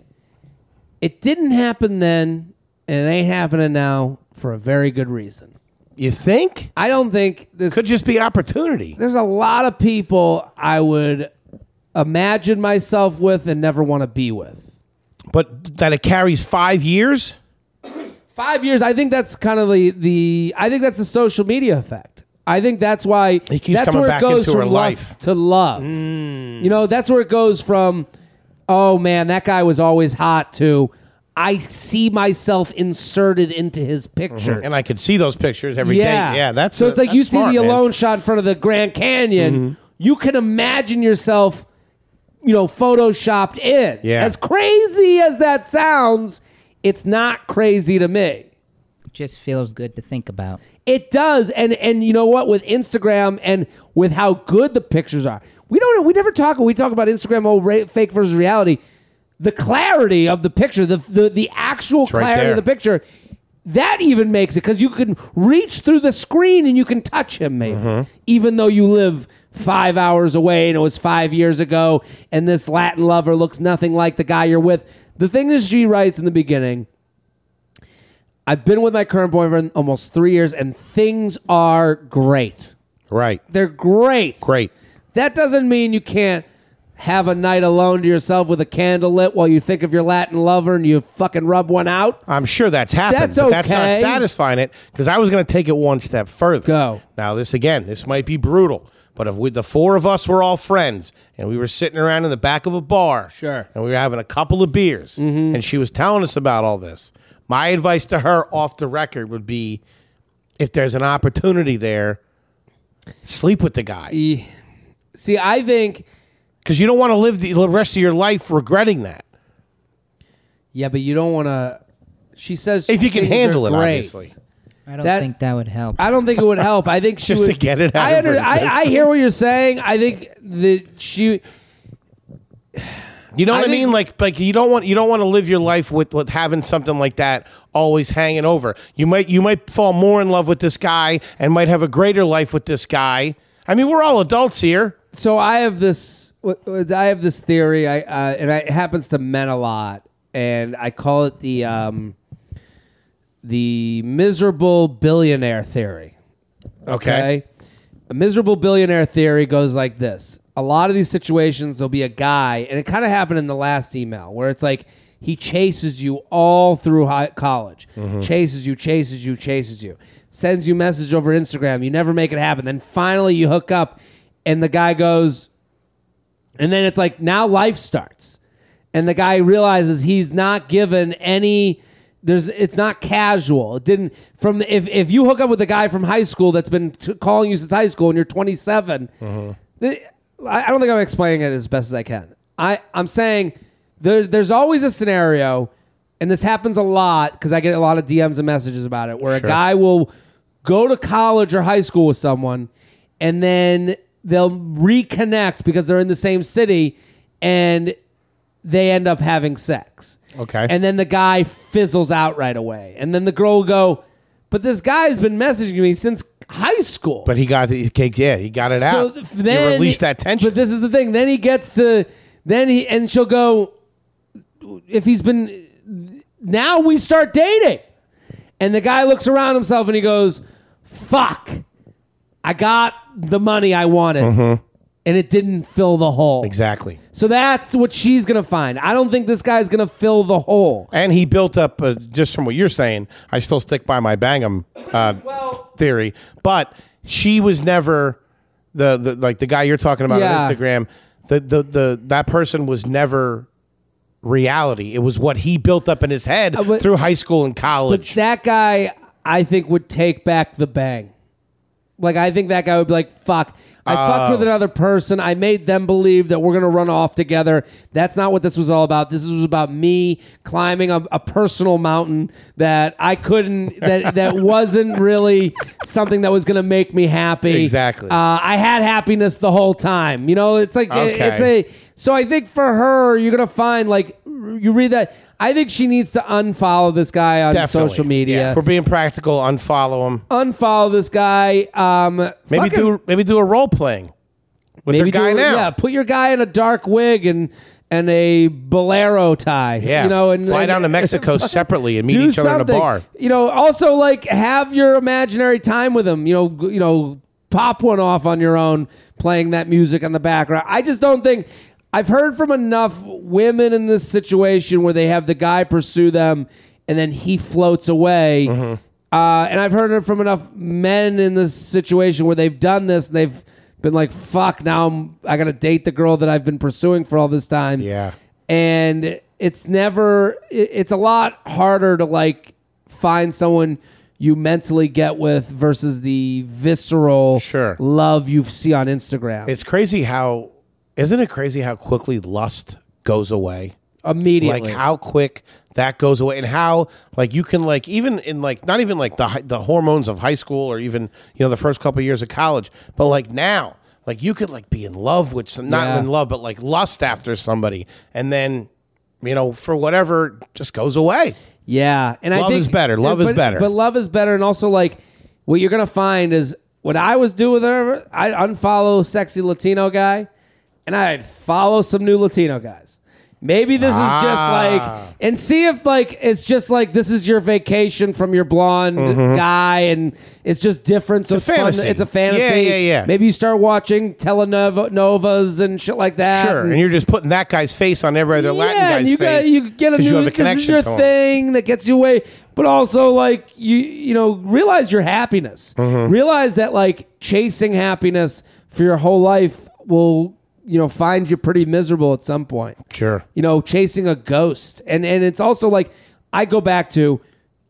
It didn't happen then, and it ain't happening now for a very good reason.
you think
I don't think this
could just be opportunity.
there's a lot of people I would imagine myself with and never want to be with.
But that it carries five years.
Five years, I think that's kind of the, the I think that's the social media effect. I think that's why
It keeps
that's
coming
where
back
it goes
into her
from
life. Mm.
lust to love. You know, that's where it goes from oh man, that guy was always hot to I see myself inserted into his picture.
Mm-hmm. And I could see those pictures every day. yeah. that's
so.
a-
it's like
that's
you see
smart,
the
man. Mm-hmm.
alone shot in front of the Grand Canyon. You can imagine yourself, you know, photoshopped in.
Yeah.
As crazy as that sounds, it's not crazy to me.
just feels good to think about.
It does, and and you know what? With Instagram and with how good the pictures are, we don't. We never talk. We talk about Instagram. Oh, ra- fake versus reality. The clarity of the picture, the the, the actual
right
clarity
there.
of the picture, that even makes it because you can reach through the screen and you can touch him, maybe,
Mm-hmm.
even though you live five hours away and it was five years ago, and this Latin lover looks nothing like the guy you're with. The thing that she writes in the beginning I've been with my current boyfriend almost three years, and things are great.
Right.
They're great.
Great.
That doesn't mean you can't have a night alone to yourself with a candle lit while you think of your Latin lover and you fucking rub one out.
I'm sure that's happened.
That's
but That's not
okay.
satisfying it because I was going to take it one step further.
Go.
Now this again, this might be brutal, but if we, the four of us were all friends and we were sitting around in the back of a bar,
Sure. Mm-hmm.
and we were having a couple of beers, and she was telling us about all this, my advice to her off the record would be, if there's an opportunity there, sleep with the
E-
guy
See, I think,
because you don't want to live the rest of your life regretting that.
yeah, but you don't want to. She says
If you can
things
handle
are
it,
great.
obviously.
I don't
That-
think that would help.
I don't think it would help. I think she
Just
would,
to get it out
I,
of her system.
I, I hear what you're saying. I think that she.
You know what I,
think-
mean? Like, like you don't want you don't want to live your life with with having something like that always hanging over. You might you might fall more in love with this guy and might have a greater life with this guy. I mean, we're all adults here.
so I have this what- what- I have this theory I uh, and it happens to men a lot and I call it the um, the miserable billionaire theory. Okay? A miserable billionaire theory goes like this. A lot of these situations there'll be a guy and it kind of happened in the last email where it's like He chases you all through high, college. Chases you, chases you, chases you. Sends you message over Instagram. You never make it happen. Then finally you hook up and the guy goes and then it's like now life starts. And the guy realizes he's not given any there's it's not casual. It didn't from the, if if you hook up with a guy from high school that's been t- calling you since high school and you're 27, the- I I don't think I'm explaining it as best as I can. I I'm saying there, there's always a scenario, and this happens a lot because I get a lot of DMs and messages about it where
Sure.
a guy will go to college or high school with someone, and then they'll reconnect because they're in the same city, and they end up having sex.
Okay.
And then the guy fizzles out right away, and then the girl will go, but this guy's been messaging me since high school
But he got the cake. Yeah, he got it out.
th-
you release that tension.
But this is the thing. Then he gets to then he and she'll go. If he's been now, we start dating, and the guy looks around himself and he goes, "Fuck, I got the money I wanted."
Mm-hmm.
And it didn't fill the hole.
exactly.
So that's what she's gonna find. I don't think this guy's gonna fill the hole.
And he built up uh, just from what you're saying. I still stick by my Bangham uh,
Well-
theory, but she was never the, the like the guy you're talking about
Yeah.
on Instagram. The, the the that person was never reality. It was what he built up in his head
Uh, but-
through high school and
But
college.
that guy, I think, would take back the bang. Like, I think that guy would be like, fuck. I fucked
Oh.
with another person. I made them believe that we're going to run off together. That's not what this was all about. This was about me climbing a, a personal mountain that I couldn't, that, that wasn't really something that was going to make me happy.
Exactly.
Uh, I had happiness the whole time. You know, it's like, it's
Okay.
a, so I think for her, you're gonna find like you read that. I think she needs to unfollow this guy on
Definitely.
social media.
Yeah. If we're being practical, unfollow him.
unfollow this guy. Um, fucking-
Maybe do maybe do a role playing with your guy
do-
now.
Yeah, put your guy in a dark wig and and a bolero tie.
Yeah,
you know, and
fly
and-
down to Mexico separately and meet
do
each other in a
something.
bar.
You know, also like have your imaginary time with him. You know, g- you know, pop one off on your own, playing that music on the background. I just don't think I've heard from enough women in this situation where they have the guy pursue them and then he floats away.
Mm-hmm.
Uh, and I've heard it from enough men in this situation where they've done this and they've been like, "Fuck! Now I'm I gotta date the girl that I've been pursuing for all this time."
Yeah.
and it's never it- it's a lot harder to like find someone you mentally get with versus the visceral
Sure.
love you see on Instagram.
It's crazy how isn't it crazy how quickly lust goes away?
immediately.
Like how quick that goes away and how like you can like even in like not even like the hi- the hormones of high school or even you know the first couple of years of college, but like now like you could like be in love with some not
Yeah.
in love but like lust after somebody and then you know for whatever just goes away.
Yeah, and I
Love
think
is better. Love is
but-
better.
But love is better, and also like what you're gonna find is what I was doing with her. I unfollow sexy Latino guy, and I'd follow some new Latino guys. Maybe this is just
Ah.
like and see if like it's just like this is your vacation from your blonde guy, and it's just different. So
Mm-hmm. It's
it's,
a
fun.
fantasy.
It's a fantasy.
Yeah, yeah, yeah.
Maybe you start watching telenovas and shit like that.
Sure,
and-
and you're just putting that guy's face on every other Latin
yeah,
guy's
and you
face.
Got, you get a
'cause
new.
you have a
this is
connection
your
to him.
thing that gets you away, but also like you, you know, realize your happiness.
Mm-hmm.
Realize that like chasing happiness for your whole life will, you know, find you pretty miserable at some point
Sure.
you know, chasing a ghost. And and it's also like I go back to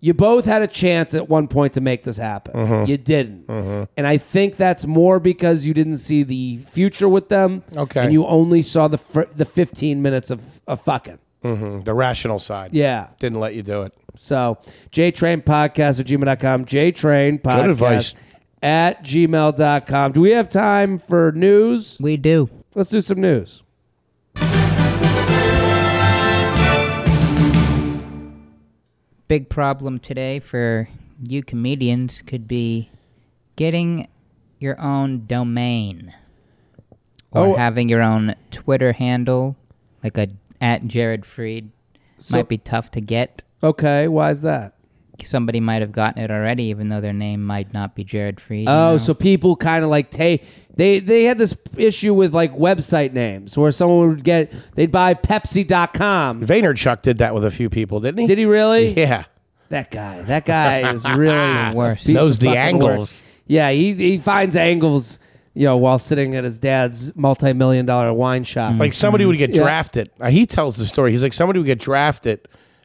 you both had a chance at one point to make this happen.
Mm-hmm.
You didn't. And I think that's more because you didn't see the future with them.
Okay.
And you only saw the fir- the 15 minutes of, of fucking.
Mm-hmm. The rational side.
Yeah.
Didn't let you do it.
So JTrain Podcast at gmail.com. JTrain Podcast
advice.
at gmail.com. Do we have time for news?
We do.
Let's do some news.
Big problem today for you comedians could be getting your own domain or
Oh.
having your own Twitter handle, like a at Jared Fried. Might be tough to get.
Okay, why is that?
somebody might have gotten it already, even though their name might not be Jared Freed. you
Oh,
know?
so people kind of like take they they had this issue with like website names where someone would get they'd buy Pepsi.com.
Vaynerchuk did that with a few people, didn't he?
Did he really?
Yeah.
That guy. That guy is really
Worse.
piece
Knows
of
the
fucking
angles.
work. Yeah, he he finds angles. You know, while sitting at his dad's multi-million dollar wine shop.
Like somebody would get drafted. Uh, He tells the story. He's like somebody would get drafted,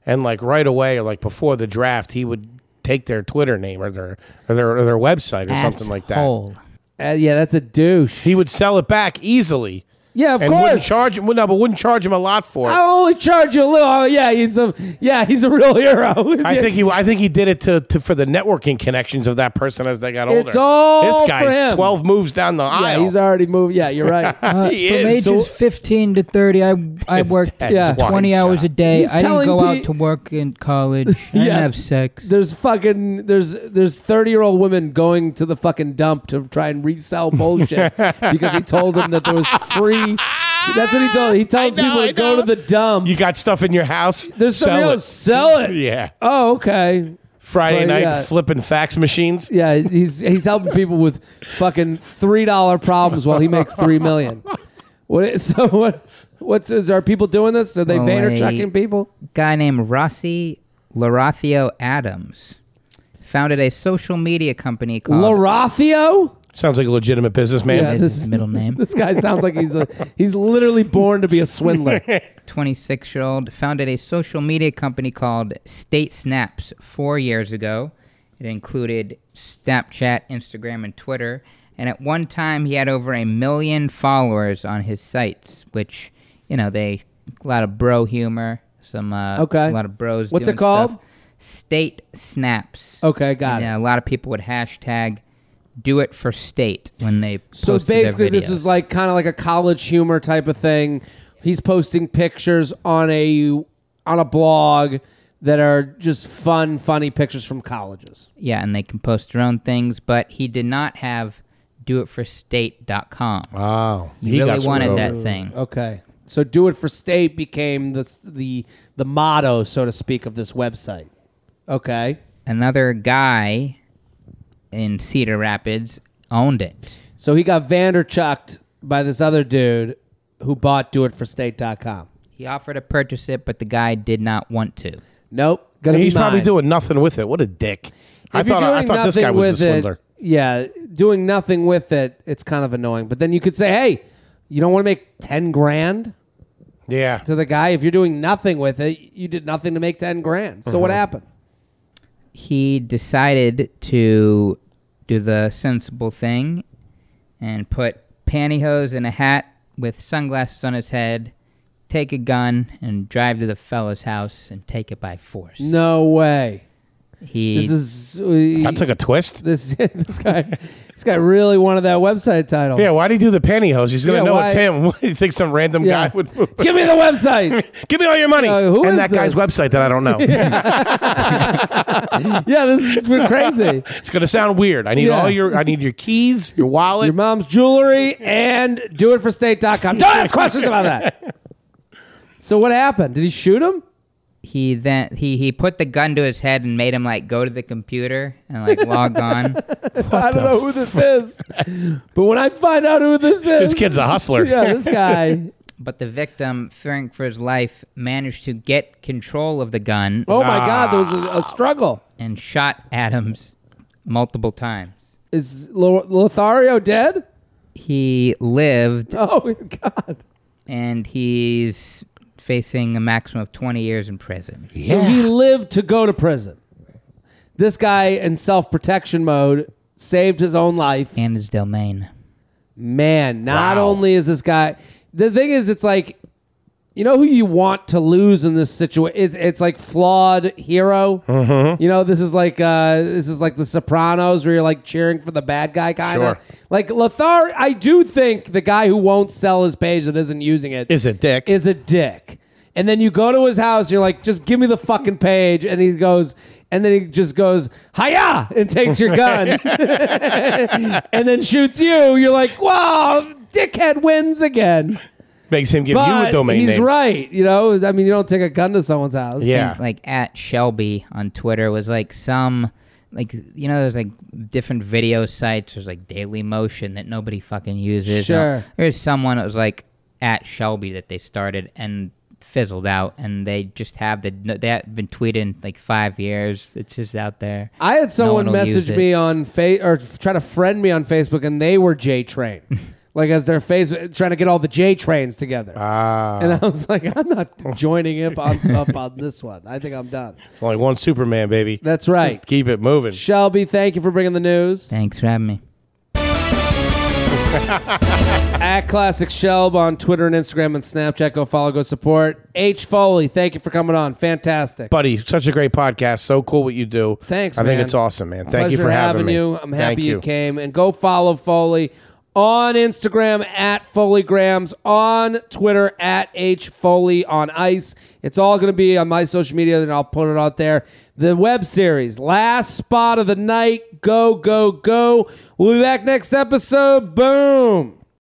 and like right away or like before the draft, he would take their Twitter name or their or their, or their website or something like that.
Asshole.
Uh, yeah, that's a douche.
He would sell it back easily.
yeah, of
and wouldn't
course. Oh,
charge him. No, but wouldn't charge him a lot for it.
I only charge you a little. Oh, yeah, he's a yeah, he's a real hero.
I think he, I think he did it to, to for the networking connections of that person as they got older.
It's all
this
for
guy's
him.
twelve moves down the
yeah,
aisle.
he's already moved. Yeah, you're right.
Uh,
He
from
is.
ages
So-
15 to 30, I I
His
worked
dad's
Yeah.
wine
20
shop.
hours a day.
He's
I didn't
telling
go
pe-
out to work in college. I
Yeah.
didn't have sex.
There's fucking there's there's 30 year old women going to the fucking dump to try and resell bullshit because he told them that there was free. That's what he told. He tells
I know,
people
I
to go to
know.
the dump.
You got stuff in your house.
there's
sell
somebody
it.
else sell it.
Yeah.
Oh, okay.
Friday
Friday,
night
yeah.
flipping fax machines.
Yeah, he's he's helping people with fucking three dollar problems while he makes three million. What? is- So what? What's is are people doing this? Are they
Well,
Vayner
they-
chucking people?
guy named Rossi Larathio Adams founded a social media company called.
Larathio.
Sounds like a legitimate businessman.
Yeah.
is
this-
his middle name.
This guy sounds like he's a he's literally born to be a swindler.
26 year old, founded a social media company called State Snaps four years ago. It included Snapchat, Instagram, and Twitter. And at one time, he had over a million followers on his sites, which, you know, they a lot of bro humor, some uh,
Okay.
a lot of bros.
What's it
doing stuff.
called?
State Snaps.
Okay, got it.
Yeah, a lot of people would hashtag do it for state when they
So
posted their
basically, this
videos.
is like kind of like a college humor type of thing. He's posting pictures on a on a blog that are just fun, funny pictures from colleges.
Yeah, and they can post their own things, but he did not have doitforstate.com.
Wow.
he really wanted
screwed
that
over.
thing.
Okay, so "Do It for State" became the the the motto, so to speak, of this website. Okay,
Another guy in Cedar Rapids owned it.
so he got Vanderchucked by this other dude who bought doitforstate.com.
He offered to purchase it, but the guy did not want to.
Nope, gonna
He's
be
probably
mine.
doing nothing with it. What a dick. I
If you're
thought I
doing
thought this
nothing
guy was the
with it-
swindler.
yeah, doing nothing with it, it's kind of annoying. But then you could say, hey, you don't want to make 10 grand
Yeah.
to the guy. If you're doing nothing with it, you did nothing to make 10 grand. So what
Mm-hmm.
happened?
He decided to do the sensible thing and put pantyhose and a hat with sunglasses on his head, take a gun, and drive to the fella's house and take it by force.
No way.
He
This is uh,
That took a twist.
this this guy this guy really wanted that website title.
Yeah, why'd he do the pantyhose? He's gonna
Yeah,
know
why-
it's him. you think some random
Yeah.
guy would move?
Give me the website.
Give me all your money.
Uh, who
and
is
that guy's
this?
website that I don't know.
yeah, this is crazy.
It's gonna sound weird. I need
Yeah.
all your I need your keys, your wallet.
Your mom's jewelry and doitforstate.com. Don't ask questions about that. So what happened? Did he shoot him?
he then he he put the gun to his head and made him like go to the computer and like log on.
I don't know who this is. But when I find out who this is,
this kid's a hustler.
yeah, this guy.
But the victim, fearing for his life, managed to get control of the gun
Oh my God, there was a, a struggle.
and shot Adams multiple times.
Is Lo- Lothario dead?
He lived
Oh God!
and he's facing a maximum of 20 years in prison.
So he lived to go to prison. This guy in self-protection mode saved his own life.
And his domain.
Man, not
Wow.
only is this guy. The thing is, it's like. You know who you want to lose in this situation? It's, it's like flawed hero.
Mm-hmm.
You know this is like uh, this is like The Sopranos, where you're like cheering for the bad guy, kind of
Sure.
like Lothar. I do think the guy who won't sell his page that isn't using it
Is a dick.
is a dick. And then you go to his house, you're like, just give me the fucking page. And he goes, and then he just goes, hiya, and takes your gun and then shoots you. You're like, wow, dickhead wins again.
makes him give you
But
a domain
he's
name.
right. You know, I mean, you don't take a gun to someone's house.
Yeah.
like at Shelby on Twitter was like some like you know there's like different video sites there's like Daily Motion that nobody fucking uses.
Sure.
Now, There's someone that was like at Shelby that they started and fizzled out and they just have the they have been tweeted in like 5 years. It's just out there.
I had someone
one will use
message
it.
me on fa- or f- try to friend me on Facebook, and they were J Train, like as their face, trying to get all the J Trains together.
Ah,
and I was like, I'm not joining up on, up on this one. I think I'm done.
it's only one Superman, baby.
That's right.
Keep it moving.
Shelby, thank you for bringing the news.
Thanks for having me.
At Classic Shelb on Twitter and Instagram and Snapchat. Go follow, go support. H Foley, thank you for coming on. Fantastic.
Buddy, such a great podcast. So cool what you do.
Thanks,
I
man.
think it's awesome, man. Thank you
Pleasure
for having,
having,
me.
you. I'm
Thank
happy you. came. And go follow Foley on Instagram at FoleyGrams, on Twitter at H Foley on Ice. It's all going to be on my social media, and I'll put it out there. The web series, Last Spot of the Night. Go, go, go. We'll be back next episode. Boom.